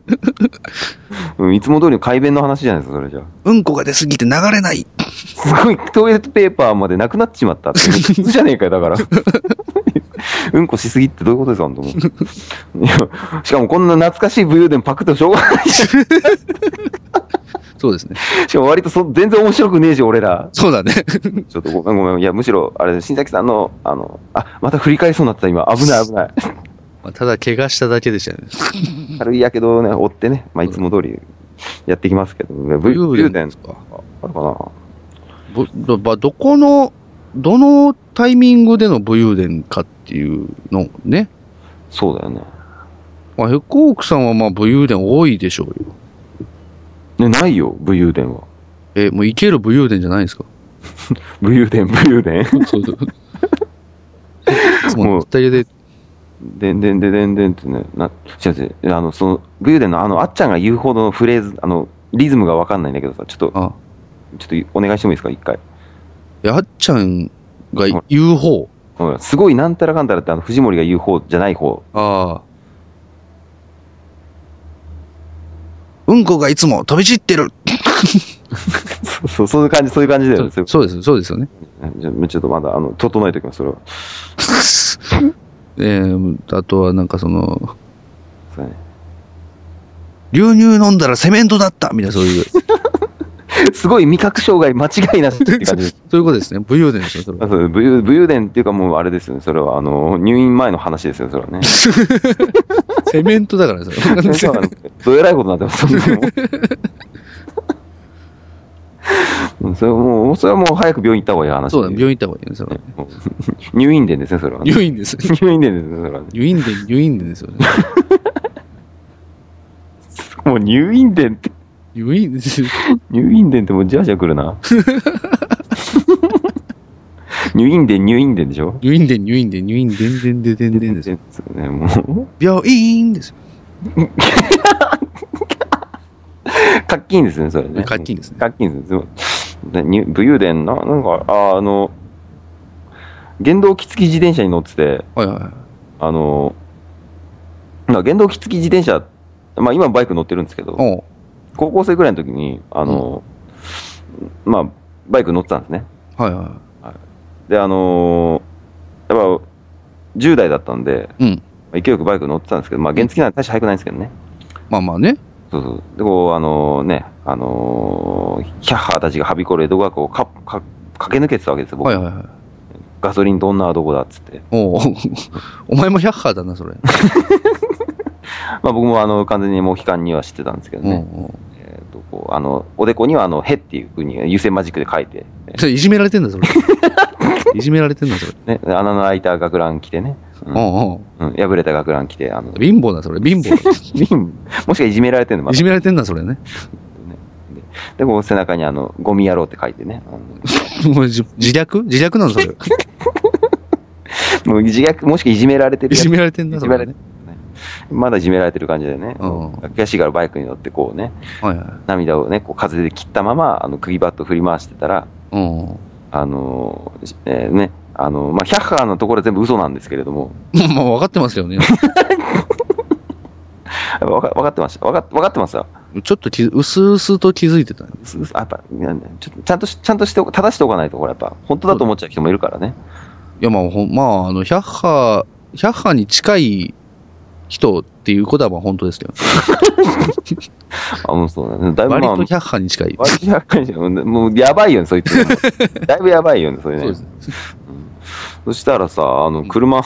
A: うん、いつも通りの改便の話じゃないですか、それじゃ
B: うんこが出すぎて流れない。
A: すごいトイレットペーパーまでなくなっちまったって、普通じゃねえかよ、だから。うんこしすぎってどういうことですか、あんたもういやしかもこんな懐かしい武勇伝パクってもしょうがないし、
B: そうですね。
A: しかも割とそ全然面白くねえし、俺ら。
B: そうだね。 *laughs*
A: ちょっとごめん、ごめん。いや、むしろ、あれ、新崎さんの、あの、あ、また振り返りそうになってた、今。危ない、危ない。
B: まあただ、怪我しただけでしたね。
A: 軽いやけどね、追ってね、まあ、いつも通りやっていきますけど、武
B: 武勇
A: 勇
B: 伝
A: 伝
B: ですか。
A: あるかな
B: ぼどまあどこの、どのタイミングでの武勇伝かっていうのね。
A: そうだよね。
B: まあ、ヘコークさんはまあ武勇伝多いでしょうよ。
A: ね、ないよ、武勇伝は。
B: え、もういける武勇伝じゃないですか。
A: 武勇伝、武勇伝。
B: そうそう。もう、絶対で、
A: でんでんでんでんでんってね、な、違う違う、あの、その、武勇伝のあの、あっちゃんが言うほどのフレーズ、あの、リズムがわかんないんだけどさ、ちょっと、
B: あ、
A: ちょっとお願いしてもいいですか、一回。
B: やっちゃんが言う方。
A: うん、すごいなんたらかんたらって、あの、藤森が言う方じゃない方。
B: ああ。うんこがいつも飛び散ってる
A: そうそう、そういう感じ、そういう感じだよね。
B: そ
A: そう
B: そうです、そうですよね。
A: うじゃあちょっとまだ、あの、整えておきます、それは。
B: えー、あとはなんかその、
A: そうだね
B: 牛乳飲んだらセメントだったみたいなそういう、そ
A: すごい味覚障害間違いなしって感
B: *laughs*
A: じ。
B: ういうことですね。武勇伝ですよ、それ
A: *laughs* あ
B: は。
A: そう武勇武勇伝っていうか、もうあれですよね、それはあの入院前の話ですよ、それはね。
B: セメントだからね、それは。
A: *laughs* そうなんですどえらいことになってます、そんな
B: *laughs*
A: もんそれはもう、それはもう早く病院行った方がいい話。
B: そうだ、病院行った方がいいね、それは。
A: もう *laughs* 入院伝ですね、それはね、
B: 入院で
A: *laughs*
B: す。
A: 入院伝ですね、それはね。
B: 入院伝、入院伝ですよね。
A: もう入院伝って、
B: 入院です。
A: 入院伝ってもうじゃあじゃあ来る
B: *laughs*
A: な。入院伝、入院伝でしょ
B: 入院伝、入院伝、入院伝、伝伝伝伝ですよ。
A: ですよね、 *laughs* も
B: 病院ですよ。
A: う、かっきいんですね、それね。
B: かっきいんですね
A: かっきいんですね。でに武勇伝な、なんか、ああの、原動機付き自転車に乗ってて、
B: はいはいはい。
A: あの、まあ、原動機付き自転車、まあ、今バイク乗ってるんですけど、
B: おう
A: 高校生くらいの時に、あの、まあ、バイク乗ってたんですね。
B: はいは
A: で、あのーやっぱ、10代だったんで、
B: い。うん。
A: まあ勢いよくバイク乗ってたんですけど、まあ、原付きなんで大して速くないんですけどね。
B: まあまあね。
A: そうそう。で、こう、あのーね、あのーヒャッハーたちがはびこる江戸川区をかか駆け抜けてたわけですよ、僕。
B: はいはいはい。
A: ガソリンどんなどこだっつって。
B: おう *laughs* お前も百ーだな、それ。
A: まあ、僕もあの、完全にもう悲観には知ってたんですけど
B: うん
A: ね。
B: うん
A: えー、とこうあのおでこにはあのへっていうふうに油性マジックで書いて、
B: それいじめられてんだ、 *laughs* それ。いじめられてんだ、それ。
A: ね、穴の開いた学ラン着てね、う
B: うんんう
A: うん破れた学ラン着て、あの
B: ん。貧乏だ、それ。 *laughs* 貧乏だ。
A: もしかいじめられてるのま
B: い
A: だ
B: じめられてんだ、それね。
A: でこう背中にあのゴミ野郎って書いてね、あの
B: もう自自虐自虐なの、それ。
A: もう自虐もしくはいじめられてる
B: い
A: やつ
B: じめられてんだ、
A: い
B: そ
A: じめら
B: れ
A: れ
B: ね。
A: まだいじめられてる感じでね、
B: うん
A: 悔しいからバイクに乗ってこうね、
B: はいは
A: 涙をねこう風で切ったままあの釘バット振り回してたら、
B: い。うん。
A: あのーえーねあのまあ、百ーのところは全部嘘なんですけれども、
B: まあ、分かってますけどね。
A: 分か分かってました、分かっ分かってますよ。
B: ちょっとき、うすうすと気づいてたね。
A: すすあやっぱなんだちょっとちゃんとしちゃんとしてお正しておかないと、これやっぱ、本当だと思っちゃう人もいるからね。
B: いや、まあ、ほん、まあ、あの、百波、百波に近い人っていうことはまあ本当ですけど。
A: あ、もうそうだね。だいぶ、ま
B: 割
A: あ、
B: と百波に近い。
A: 割と100回じゃん。もう、やばいよね、そいつ。だいぶやばいよね、それね。
B: そうですね。
A: そしたらさ、あの、車、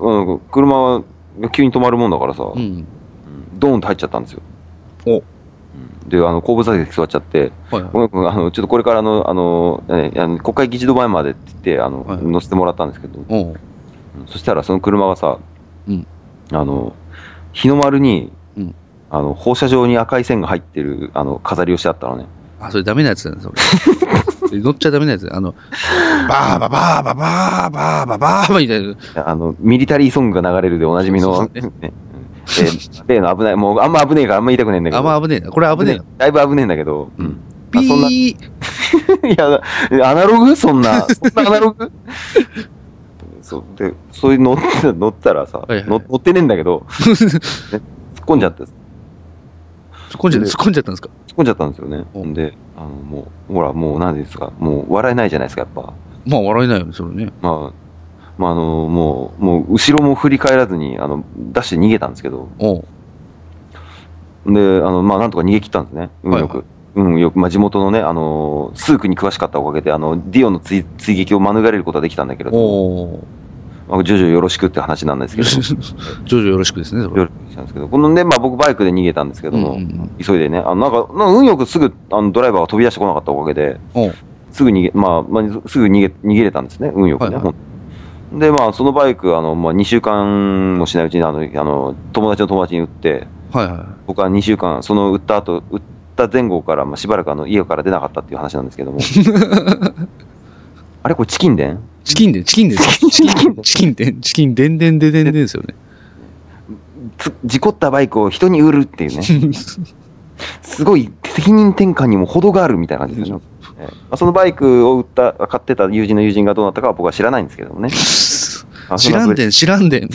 A: うん、車は急に止まるもんだからさ、
B: うん。
A: ドーンと入っちゃったんですよ。
B: お
A: で、あの、後部座席座っちゃって、
B: は
A: ご
B: いは
A: めんごめんあの、ちょっとこれからあの、あの、ねあの国会議事堂前までって言って、あの、
B: はい
A: 乗せてもらったんですけど、
B: い。おう
A: そしたらその車がさ、
B: うん
A: あの、日の丸に、
B: うん
A: あの、放射状に赤い線が入ってる、あの、飾りをしてあったのね。
B: あ、それダメなやつだね、それ。
A: *laughs*
B: それ乗っちゃダメなやつあの、バーババーババーバーババーバーみたいな。
A: あの、ミリタリーソングが流れるでおなじみ
B: そ
A: の、
B: うそう
A: ねうんで例の危ない、もうあんま危ねえからあんま言いたくねえんだけど。
B: あんま危ねえな。これ危ねえな。
A: だいぶ危ねえんだけど、 *laughs* う
B: う
A: んん。
B: ピ
A: あそん
B: *laughs*
A: ない
B: ー。
A: や、アナログそんな、そんなアナログそう、で、そういう乗って乗ったらさ、
B: はいはい
A: 乗乗ってねえんだけど、突っ込んじゃって、突っ
B: 突っ込んじゃ突っ込んじゃったんですか
A: 込んじゃったんですよね。
B: お
A: んで、あの、もう、ほら、もう、なんですか、もう、笑えないじゃないですか、やっぱ。
B: まあ笑えないよね、それね。
A: まあ、まあ、あの、もう、もう、後ろも振り返らずに、あの、出して逃げたんですけど、
B: おう
A: で、あの、まあ、なんとか逃げ切ったんですね、運よく。
B: はい
A: うん、よく、まあ、地元のね、あの、スークに詳しかったおかげで、あの、ディオの追追撃を免れることはできたんだけれど、
B: おう
A: まあ徐々よろしくって話なんですけ
B: *laughs*
A: ど、
B: 徐々よろしくですね、それ。
A: 夜したんですけど、このね、まあ、僕、バイクで逃げたんですけども、
B: うんうんうん
A: 急いでね、あのなんか、なんか運よくすぐあのドライバーが飛び出してこなかったおかげで、
B: おう
A: すぐ逃げ、まあ、まあ、すぐ逃げ逃げれたんですね、運よくね。
B: はいは
A: ほんで、まあ、そのバイク、あのまあ、2週間もしないうちにあのあの、友達の友達に売って、
B: はいは
A: 僕は2週間、その売った後売った前後から、まあ、しばらくあの家から出なかったっていう話なんですけど
B: *laughs*
A: も。あれこれチキンでん
B: い。チキンで、チキンで、チキン、チキンで、チキンでんでんでんでんでんですよね。
A: つ事故ったバイクを人に売るっていうね。すごい責任転換にも程があるみたいな感じです
B: *laughs*
A: よね。ええまあそのバイクを売った、買ってた友人の友人がどうなったかは僕は知らないんですけども
B: *laughs*
A: ね。あ
B: 知らんでん、知らんでん。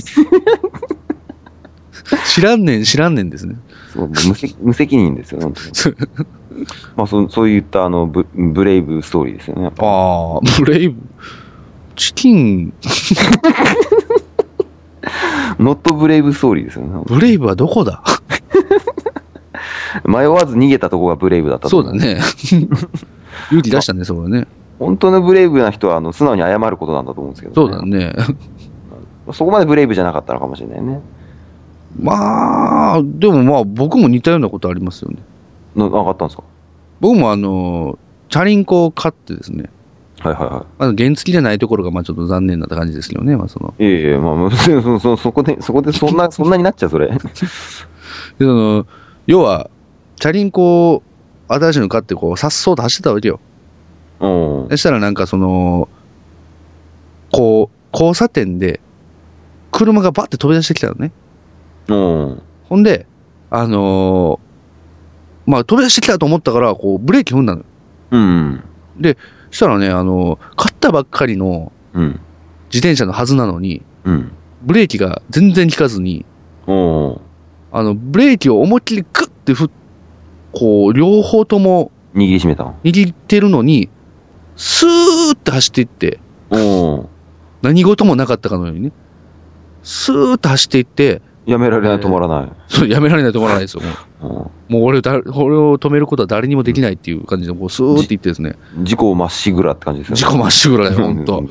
B: 知らんねん、知らんねんですね。
A: その無責無責任ですよね。本当にまあそ、そういったあのブブレイブストーリーですよね。
B: ああ、ブレイブ。チキン、
A: ノットブレイブストーリーですよね。
B: ブレイブはどこだ
A: 迷わず逃げたとこがブレイブだったと
B: そうだ。ね。勇気出したね、それはね。
A: 本当のブレイブな人はあの素直に謝ることなんだと思うんですけど、
B: そうだ。ね。
A: そこまでブレイブじゃなかったのかもしれないね。
B: まあ、でもまあ、僕も似たようなことありますよね。
A: ななんかあったんです
B: 僕もあの、チャリンコを買ってですね、
A: かはいはいはい。
B: まあ、原付きじゃないところが、まあちょっと残念なって感じですけどね、まあその。
A: いえいえ、まあ、そそ *laughs* そこで、そこでそんな、そんなになっちゃう、それ。
B: で、その、要は、チャリンコを新しいの買って、こう、さっそうと走ってたわけよ。
A: うん。
B: そしたらなんかその、こう、交差点で、車がバッて飛び出してきたのね。
A: うん。
B: ほんで、あのーまあ飛び出してきたと思ったから、こう、ブレーキ踏んだのよ。
A: うん。
B: そしたらね、あのー買ったばっかりの
A: うん。
B: 自転車のはずなのに、
A: うん。
B: ブレーキが全然効かずに、
A: うん。
B: あの、ブレーキを思いっきりグッてふっ、こう、両方とも
A: 握りしめた。
B: 握ってるのに、スーって走っていって、
A: うん。
B: 何事もなかったかのようにね、スーって走っていって、
A: やめられない、止まらない。
B: そうやめられないと思わないですよ。も
A: う
B: うもう俺をだ、俺を止めることは誰にもできないっていう感じで、こう、スーっていってですね、
A: ん。事故まっしぐらって感じですよね。
B: 自己まっしぐらだよ、ほんと。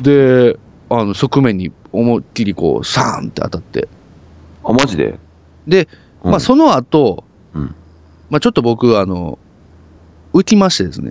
B: で、あの、側面に思いっきりこう、サーンって当たって。
A: あ、マジで
B: で、
A: うん
B: まあ、その後、
A: うん。
B: まあ、ちょっと僕、あの、浮きましてですね、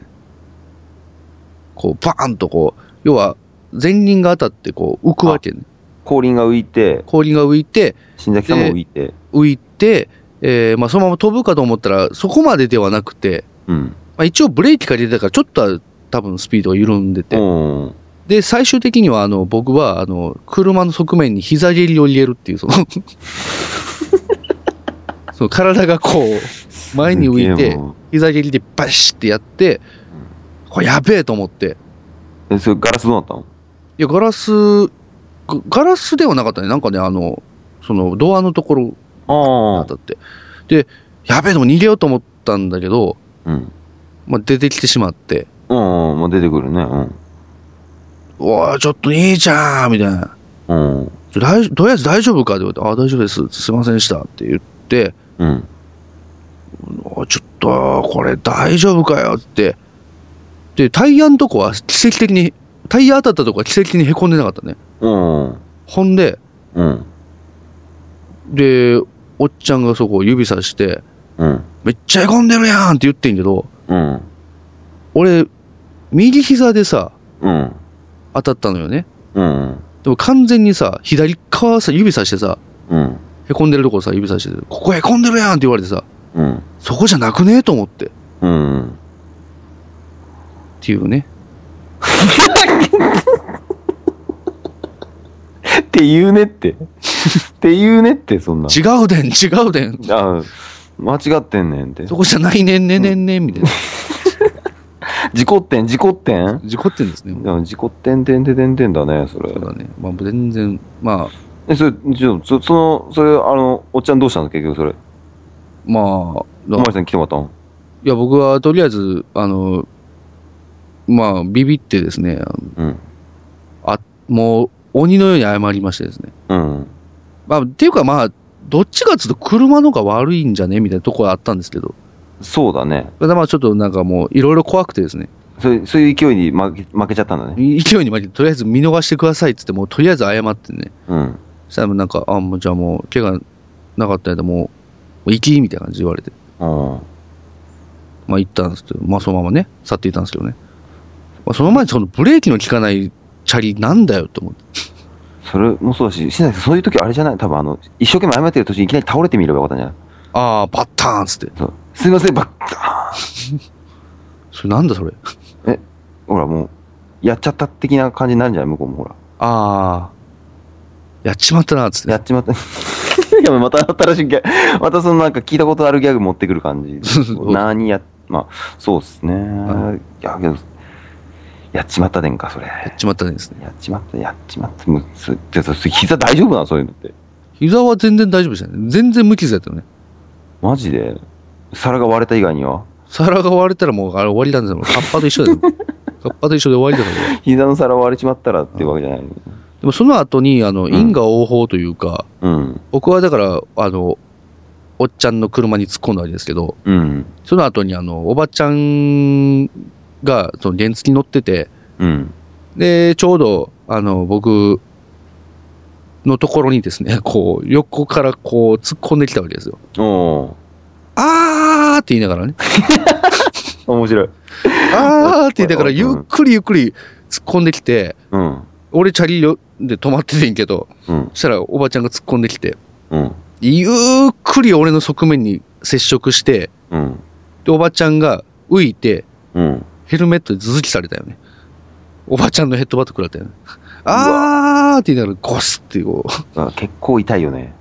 B: こう、バーンとこう、要は、前輪が当たって、こう、浮くわけね。
A: 後輪が浮いて、
B: 後輪が浮いて、
A: 新崎さんも浮いて。
B: 浮いて、えーまあ、そのまま飛ぶかと思ったら、そこまでではなくて、
A: うん。
B: まあ、一応ブレーキが出てたから、ちょっとは多分スピードが緩んで
A: う
B: て、
A: ん。
B: で、最終的にはあの僕はあの車の側面に膝蹴りを入れるっ
A: *laughs*
B: ていう、そのその体がこう、前に浮い
A: すげえ
B: て
A: もう、
B: 膝蹴りでバシッってやって、これやべえと思って、
A: え、それガラスどうなったの
B: いや、ガラス、ガガラスではなかったね、なんかね、あの、そのドアのところだ
A: あ
B: ったって。で、やべえ、でも逃げようと思ったんだけど、
A: あ。うん。
B: まあ、出てきてしまって、
A: うん。まあ、出てくるね。うん。
B: おい、ちょっと兄ちゃんみたいな。
A: うん。
B: ちょ大とりあえず大丈夫かって言われて、あ大丈夫です。すいませんでした。って言って、
A: うん。
B: おいちょっと、これ大丈夫かよって。で、タイヤのとこは奇跡的に、タイヤ当たったとこは奇跡的に凹んでなかったね。
A: うん。
B: ほんで、
A: うん。
B: で、おっちゃんがそこを指さして、
A: うん。
B: めっちゃへこんでるやんって言ってんけど、
A: うん。
B: 俺、右膝でさ、
A: うん。
B: 当たったのよね。
A: うん。
B: でも完全にさ、左側さ、指さしてさ、
A: うん。
B: へこんでるとこさ、指さして、ここへこんでるやんって言われてさ、
A: うん。
B: そこじゃなくねえと思って。っ
A: うん。 *laughs*
B: ていうね。
A: って言うねって。 *laughs* って言うねって、そんな。
B: 違うでん、違うでん。
A: あ間違ってんねんって
B: そ。こじゃないねんねんねんねん、みたいな。
A: 事故ってん、事故ってん
B: 事故ってんですね。
A: いや事故ってんてんてんてんてんだね、それ
B: そう。だね。まあ、全然、まあ、
A: え、それ、じゃあそその、それ、あの、おっちゃんどうしたの結局それ。
B: まあ、だ
A: お前さん来てもらったの
B: いや、僕はとりあえず、あの、まあ、ビビってですね、あの
A: うん。
B: あ、もう、鬼のように謝りましてですね。
A: うん。
B: まあ、っていうかまあ、どっちかっつうと車の方が悪いんじゃねみたいなとこはあったんですけど。
A: そうだね。
B: ただまあちょっとなんかもう、いろいろ怖くてですね。
A: そういう、そういう勢いに負け負けちゃったんだね。
B: 勢いに負けて、とりあえず見逃してくださいっつって、もうとりあえず謝ってね。
A: うん。
B: そしたらもうなんか、あ、もうじゃあもう、怪我なかったやつもう、もう行きみたいな感じで言われて。
A: うん。
B: まあ行ったんですけど、まあそのままね、去っていったんですけどね。まあ、その前にそのブレーキの効かないチャリなんだよと思って。
A: それもそうだし、新崎さん、そういう時あれじゃない多分あの、一生懸命謝ってる途中にいきなり倒れてみればよかったんじゃない
B: ああ、パッターンっつって。
A: そう。すいません、ばっか
B: それなんだそれ。
A: え、ほらもう、やっちゃった的な感じになるんじゃない向こうもほら。
B: ああ、やっちまったなっつって。
A: やっちまった。 *laughs* いや、また新しいギャグ、またそのなんか聞いたことあるギャグ持ってくる感
B: そう
A: じ
B: そ。う
A: 何や、まあ、そうっすね。
B: はい
A: や、けど、やっちまったでんか、それ。
B: やっちまったんですね。
A: やっちまった、やっちまった。もうそでそそ膝大丈夫なのそういうのって。
B: 膝は全然大丈夫でしたね。全然無傷やったよね。
A: マジで皿が割れた以外には
B: 皿が割れたらもうあれ終わりなんですよ。カッパと一緒だよ。カッパと一緒で終わりだから。で
A: 膝の皿割れちまったらっていうわけじゃない。
B: もその後に、あの、
A: ん
B: 因果応報というか、
A: うん。
B: 僕はだから、あの、おっちゃんの車に突っ込んだわけですけど、
A: うん。
B: その後にあの、おばちゃんが、その原付に乗ってて、
A: うん。
B: で、ちょうど、あの、僕のところにですね、こう、横からこう、突っ込んできたわけですよ。
A: おー。
B: あーって言いながらね、
A: 面白い。
B: あーって言いながら、
A: うん
B: ゆっくりゆっくり突っ込んできて、
A: うん。
B: 俺チャリよで止まっててんけど、
A: うん。
B: そしたらおばちゃんが突っ込んできて、
A: うん。
B: ゆっくり俺の側面に接触して、
A: うん。
B: で、おばちゃんが浮いて、
A: うん。
B: ヘルメットで続きされたよね。おばちゃんのヘッドバット食らったよね。あーって言いながらゴスってこう。
A: あ結構痛いよね。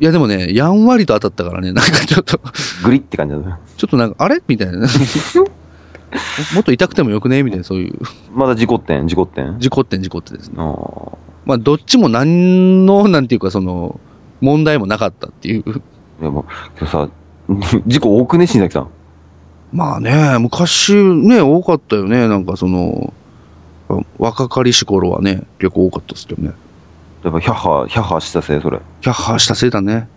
B: いやでもね、やんわりと当たったからね、 *laughs* なんかちょっと、
A: グリって感じだね。
B: ちょっとなんか、あれみたいな。も *laughs* っと痛くてもよくねみたいな、そういう、
A: まだ事故ってん事故ってん
B: 事故ってん事故ってですね。
A: あー
B: まあ、どっちも何の、なんていうか、その、問題もなかったっていう。
A: いやもう、今日さ、 *laughs* 事故多くね、新崎さん。
B: まあね、昔ね、多かったよね、なんかその、若かりし頃はね、結構多かったですけどね。
A: やっぱ、ヒャッハー、ヒャッハーしたせい、それ。
B: キャッハーしたせいだね。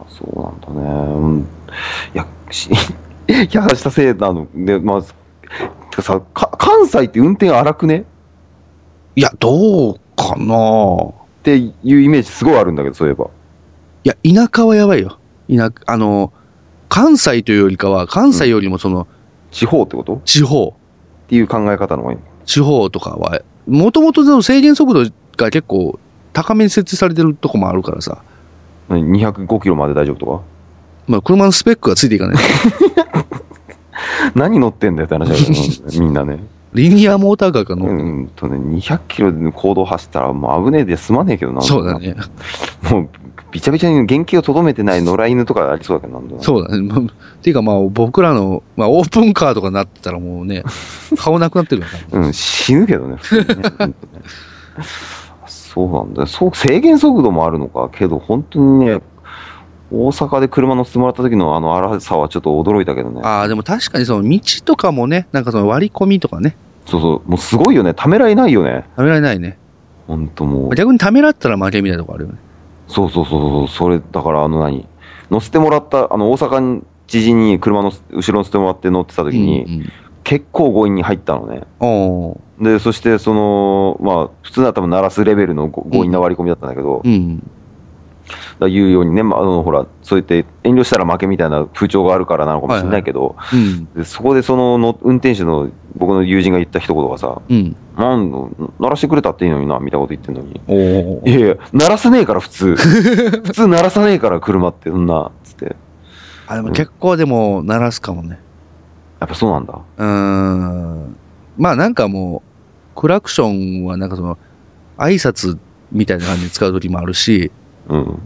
A: あそうなんだね。うん。いや、し *laughs* ヒャッハーしたせいなの。で、まあ、てかさか、関西って運転荒くね
B: いや、どうかな
A: っていうイメージすごいあるんだけど、そういえば。
B: いや、田舎はやばいよ。田舎、あの、関西というよりかは、関西よりもその、
A: 地方ってことっ
B: 地方、
A: ていう考え方の方がいい。
B: 地方とかは、もともとの制限速度が結構高めに設置されてるとこもあるからさ、
A: 何205キロまで大丈夫と
B: まあ、車のスペックがついていかない。
A: *laughs* か何乗ってんだよって話だけ
B: *laughs*
A: ど、みんなね。
B: リニアモーターカーが
A: う
B: 乗って
A: んとね、200キロの行動走ったらもう危ねえで済まねえけどな。
B: そうだ。ね。
A: もう、びちゃびちゃに原型をとどめてない野良犬とかありそうだけどなんだな
B: そうだね。まあていうかまあ、僕らの、まあ、オープンカーとかになってたらもう *laughs* ね、顔なくなってるよね。
A: うん、死ぬけどね、普通にね本当ねそうなんだよそう、制限速度もあるのか、けど本当にね、大阪で車乗せてもらった時のあの荒さはちょっと驚いたけどね、
B: ああ、でも確かにその道とかもね、なんかその割り込みとかね、
A: そうそう、もうすごいよね、ためらいないよね、
B: ためられないね。
A: 本当もう、
B: 逆にためらったら負けみたいなとこあるよね。
A: そうそうそうそう、それだから、あの何、乗せてもらった、あの大阪に知人に車の後ろ乗せてもらって乗ってた時に、
B: うんうん
A: 結構強引に入ったのね。
B: おー
A: で、そして、その、まあ、普通なら多分鳴らすレベルの強強引な割り込みだったんだけど、
B: うん。
A: だいうようにね、まあ、あのほら、そうやって遠慮したら負けみたいな風潮があるからなのかもしれないけど、
B: うん。
A: でそこでそのの運転手の僕の友人が言った一言がさ、
B: うん。
A: なんの鳴らしてくれたっていいのにな、みたいなこと言ってんのに。
B: おお
A: い。やいや、鳴らさねえから、普通。普通鳴らさねえから、車って、そんな、つって。
B: あ、でも結構でも、鳴らすかもね。
A: やっぱそうなんだ。
B: うーん。まあなんかもう、クラクションはなんかその、挨拶みたいな感じで使う時もあるし、
A: うん。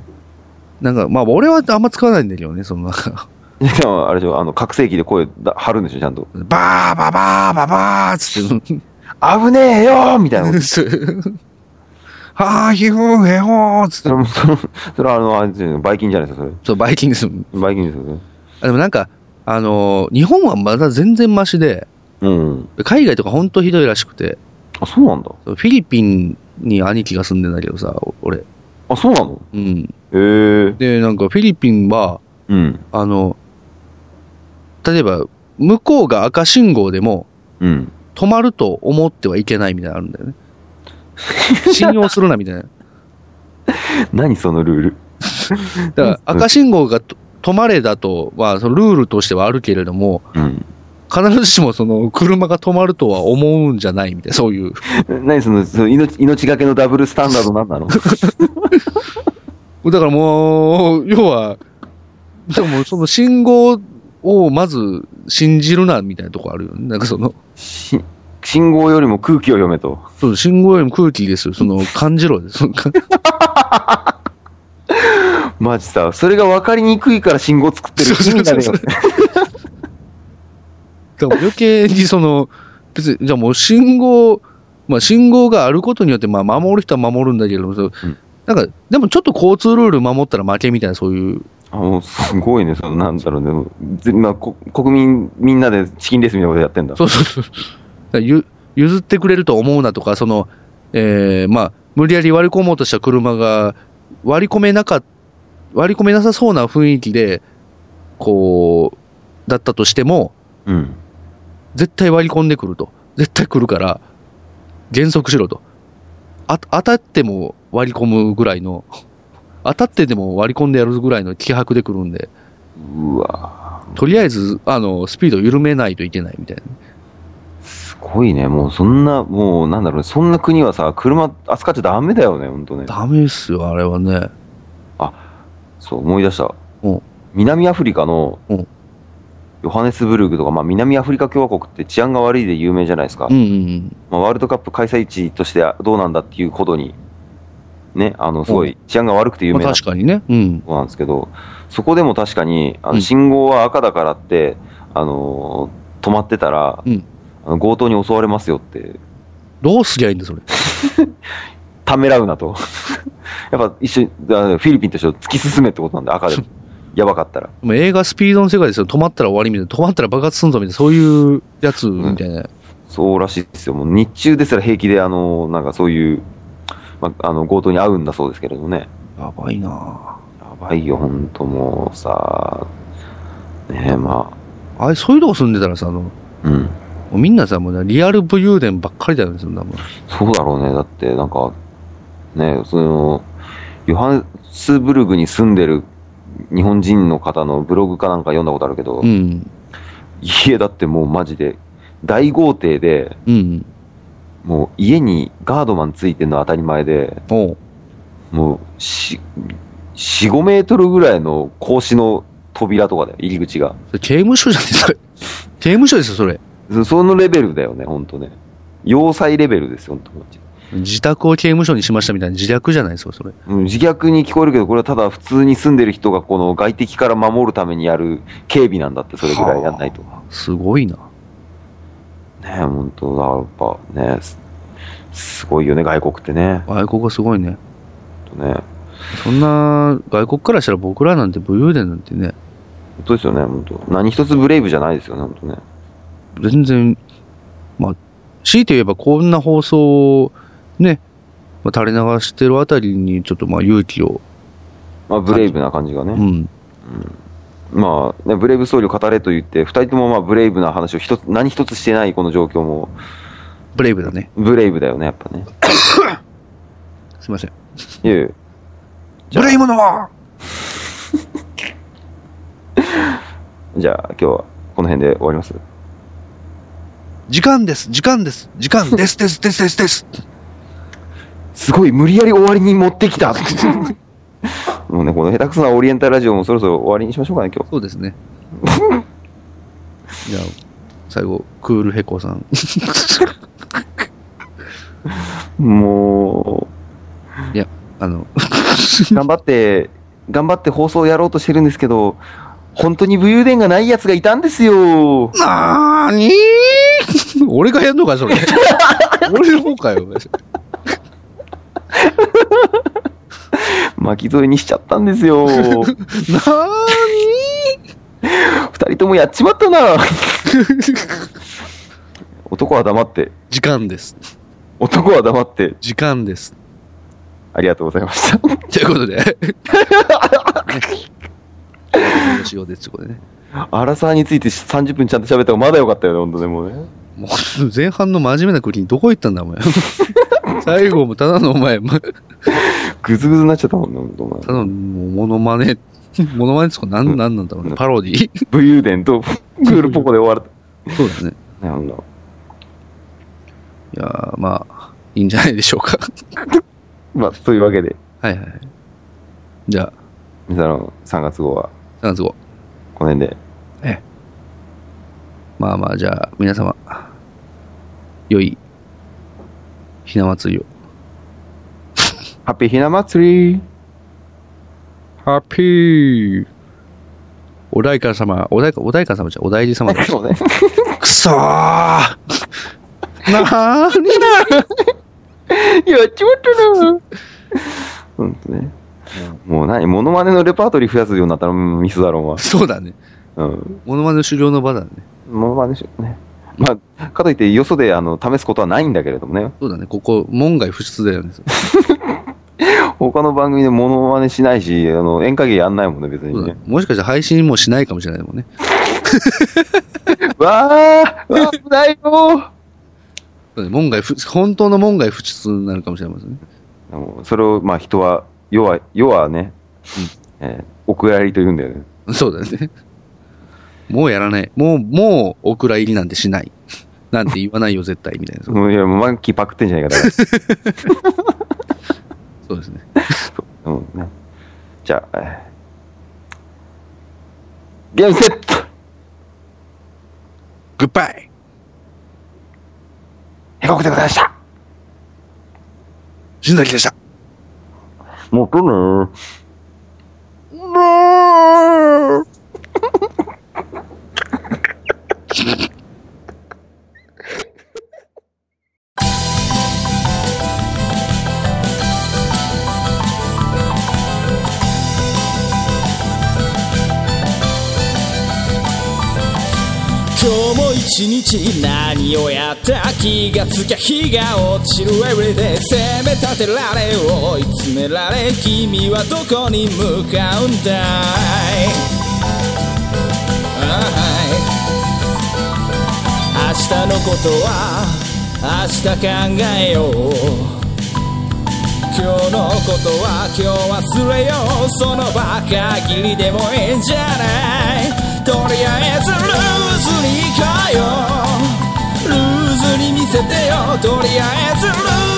B: なんかまあ俺はあんま使わないんだけどね、そのなんか、
A: ででも、あれでしょ、あの、拡声器で声だ張るんでしょ、ちゃんと。
B: バーババーババーっつって、
A: 危ねえよーみたいなこと。
B: *laughs* はあ、ひほーへほーっつっ
A: そ
B: て
A: れも、その、それはあの、あれですよねバイキンじゃないですか、そ
B: そう、バイキングス。
A: れ。バイキンですよね。
B: あでもなんか、あのー日本はまだ全然マシで、
A: うん。
B: 海外とか本当ひどいらしくて、
A: あ、そうなんだ。
B: フィリピンに兄貴が住んでんだけどさ、お俺。
A: あ、そうなの
B: うん。
A: へえー。
B: で、なんかフィリピンは、
A: うん。
B: あの、例えば、向こうが赤信号でも、
A: うん。
B: 止まると思ってはいけないみたいなのあるんだよ *laughs* ね。信用するなみたいな。
A: 何そのルール。
B: だから、赤信号がと止まれだと、まあ、そのルールとしてはあるけれども、
A: うん。
B: 必ずしもその車が止まるとは思うんじゃないみたいな、そういう。
A: *laughs* 何その、その命、命がけのダブルスタンダードなんなの
B: だからもう、要は、でもその信号をまず信じるなみたいなとこあるよね。なんかその、
A: *laughs* し信号よりも空気を読めと。
B: そう信号よりも空気ですよ。その、感じろです。そのか
A: マジさ、それが分かりにくいから信号作ってる
B: そう
A: 意
B: そ
A: 味
B: う
A: が
B: そう
A: ねえよ
B: そう。だから余計にその、別に、じゃあもう信号、まあ信号があることによって、まあ守る人は守るんだけれども、そう
A: うん
B: なんか、でもちょっと交通ルール守ったら負けみたいな、そういう。
A: あもうすごいね、そのなんだろうね、ぜまあ、こ国民みんなでチキンレースみたいなことやってんだ。
B: そうそうそう。だからゆ譲ってくれると思うなとか、その、えー、まあ、無理やり割り込もうとした車が、割り込めなかっ、割り込めなさそうな雰囲気で、こう、だったとしても、
A: うん。
B: 絶対割り込んでくると。絶対来るから、減速しろと。あ、当たっても割り込むぐらいの、当たってでも割り込んでやるぐらいの気迫で来るんで、
A: うわ
B: とりあえず、あの、スピードを緩めないといけないみたいな。
A: すごいね、もうそんな、もうなんだろうね、そんな国はさ、車扱っちゃダメだよね、ほんとね。
B: ダメですよ、あれはね。
A: そう、思い出した
B: うん。
A: 南アフリカの
B: うん、
A: ヨハネスブルグとか、まあ、南アフリカ共和国って治安が悪いで有名じゃないですか。
B: うんうん
A: まあ、ワールドカップ開催地としてどうなんだっていうほどに、ね、あの、すごい治安が悪くて
B: う
A: 有
B: ん。ま
A: 名
B: あ
A: な
B: 確かにね。うん。
A: そうなんですけど、そこでも確かに、あ
B: う
A: の
B: ん
A: 信号は赤だからって、あのー止まってたら、
B: うん
A: あの強盗に襲われますよって、
B: どうすりゃいいんだ、それ。
A: ためらうなと。 *laughs* やっぱ一緒に、あのフィリピンとしては突き進めってことなんで、
B: *laughs*
A: 赤でも。やばかったら。
B: でも映画スピードの世界ですよ。止まったら終わりみたいな。止まったら爆発すんぞみたいな。そういうやつみたいな。
A: そうらしいですよ。もう日中ですら平気で、あのーなんかそういう、まあ、あの強盗に遭うんだそうですけれどね。
B: やばいな
A: やばいよ、ほんともうさ、ねえ、ま
B: ぁあれ、そういうとこ住んでたらさ、あの、
A: あ、うん。
B: もうみんなさ、もうリアル武勇伝ばっかりだよね、そんなもん。
A: そうだろうね。だって、なんか、ね、その、ヨハネスブルグに住んでる日本人の方のブログかなんか読んだことあるけど、
B: うん。
A: 家だってもうマジで、大豪邸で、
B: うん。
A: もう家にガードマンついてるのは当たり前で、
B: おう
A: もう、し、4、5メートルぐらいの格子の扉とかだよ、入り口が。
B: それ刑務所じゃねえ、それ。 *laughs* 刑務所ですよ、それ。
A: そそのレベルだよね、ほんとね。要塞レベルですよ、ほんとマジで。
B: 自宅を刑務所にしましたみたいな自虐じゃないですか、それ。
A: うん自虐に聞こえるけど、これはただ普通に住んでる人がこの外敵から守るためにやる警備なんだって、それぐらいやんないと。ね
B: すごいな。
A: え、本当だ、やっぱね、すすごいよね、外国ってね。
B: 外国はすごいね。
A: ほんとね
B: そんな、外国からしたら僕らなんて武勇伝なんてね、
A: 本当ですよね、本当。何一つブレイブじゃないですよね、本当ね。
B: 全然、まあ、強いて言えばこんな放送をね、まあ、垂れ流してるあたりにちょっとまあ勇気を、
A: まあ、ブレイブな感じが
B: う
A: ね。
B: ん。
A: まあ、ね、ブレイブストーリーを語れと言って、二人ともまあ、ブレイブな話を一つ、何一つしてないこの状況も、
B: ブレイブだね。
A: ブレイブだよね、やっぱね。
B: すいません。
A: いえいえじゃあ
B: 無礼者は
A: じゃあ今日はこの辺で終わります。
B: 時間です、時間です、時間です、です、です、です、 *laughs* です。
A: すごい、無理やり終わりに持ってきた。 *laughs* もうね、この下手くそなオリエンタルラジオもそろそろ終わりにしましょうかね、今
B: そうですね。 *laughs* じゃあ、最後、クールヘコさ *laughs* ん。
A: 日。も
B: いや、あの、
A: う、
B: *laughs*
A: 頑張って、頑張って放送やろうとしてるんですけど、本当に武勇伝がないやつがいたんですよ。
B: なーにー *laughs* 俺がやんのかよ、そ *laughs* れ。俺の方かよ。 *laughs*
A: 巻き添えにしちゃったんですよ。二
B: なー
A: 人ともやっちまったな。
B: にー
A: 男は黙って、
B: *laughs* 時間です。
A: 男は黙って、
B: 時間です。
A: ありがとうございま *laughs* した。
B: ということで。ね、仕様です、こ *laughs* れね。
A: アラサーについて30分ちゃんと喋った方がまだ良かったよね、本当ね、もうね。
B: もう前半の真面目な国にどこ行ったんだ、お前。最後もただのお前、また
A: ぐずぐずになっちゃったもんね、本当お前
B: だのもうモノマネ、モノマネですか何なんなんだろうね。パロディ
A: 武勇伝 *laughs* とクールポコで終わる。
B: そうですね。
A: ね、ほんと
B: いやーまあ、いいんじゃないでしょうか。
A: まあ、というわけで、
B: *laughs* はいはいはい。じゃ
A: ミサの3月号は
B: あ、3月号。
A: この辺で、
B: ええ。まあまあ、じゃあ、皆様、良い、ひな祭りを。
A: ハッピーひな祭り
B: ハッピーお代官様、お代官、お代官様じゃ、お大事様だ。
A: そう *laughs* ね。
B: *laughs* く *laughs* そーなーに
A: やっちまった *laughs* なほんとね。もう何モノマネのレパートリー増やすようになったらうんミスだろうは。
B: そうだね。
A: うん。
B: モノマネ狩猟の場だね。
A: モノマネしね。まあ、かといってよそであの試すことはないんだけれどもね。
B: そうだね。ここ、門外不出だよね。そ
A: 他の番組でモノマネしないし、あの、演歌芸やんないもんね、別に
B: うだ
A: ね
B: *laughs* ね。もしかしたら配信もしないかもしれないもんね。
A: わーわー危ないよー
B: そうだね門外不、本当の門外不出になるかもしれませんね。
A: でもそれを、まあ、人は、世は、世はね、えー、お蔵入りと言うんだよね。
B: そうだね。もうやらない。もう、もう、お蔵入りなんてしない。なんて言わないよ、絶対、みたいな。
A: うんいや、もう満期パクってんじゃないか、だか
B: そうですね。
A: ら。うん、ねじゃあ、えーゲームセット
B: グッバイ
A: へこくでございました
B: 新崎でした。
A: もう来るの
C: 今日も一日何をやった気がつきゃ日が落ちる Everyday 攻め立てられ追い詰められ君はどこに向かうんだいあーはい明日のことは明日考えよう今日のことは今日忘れようその場限りでもいいんじゃないとりあえずルーズに行こうよルーズに見せてよとりあえずルー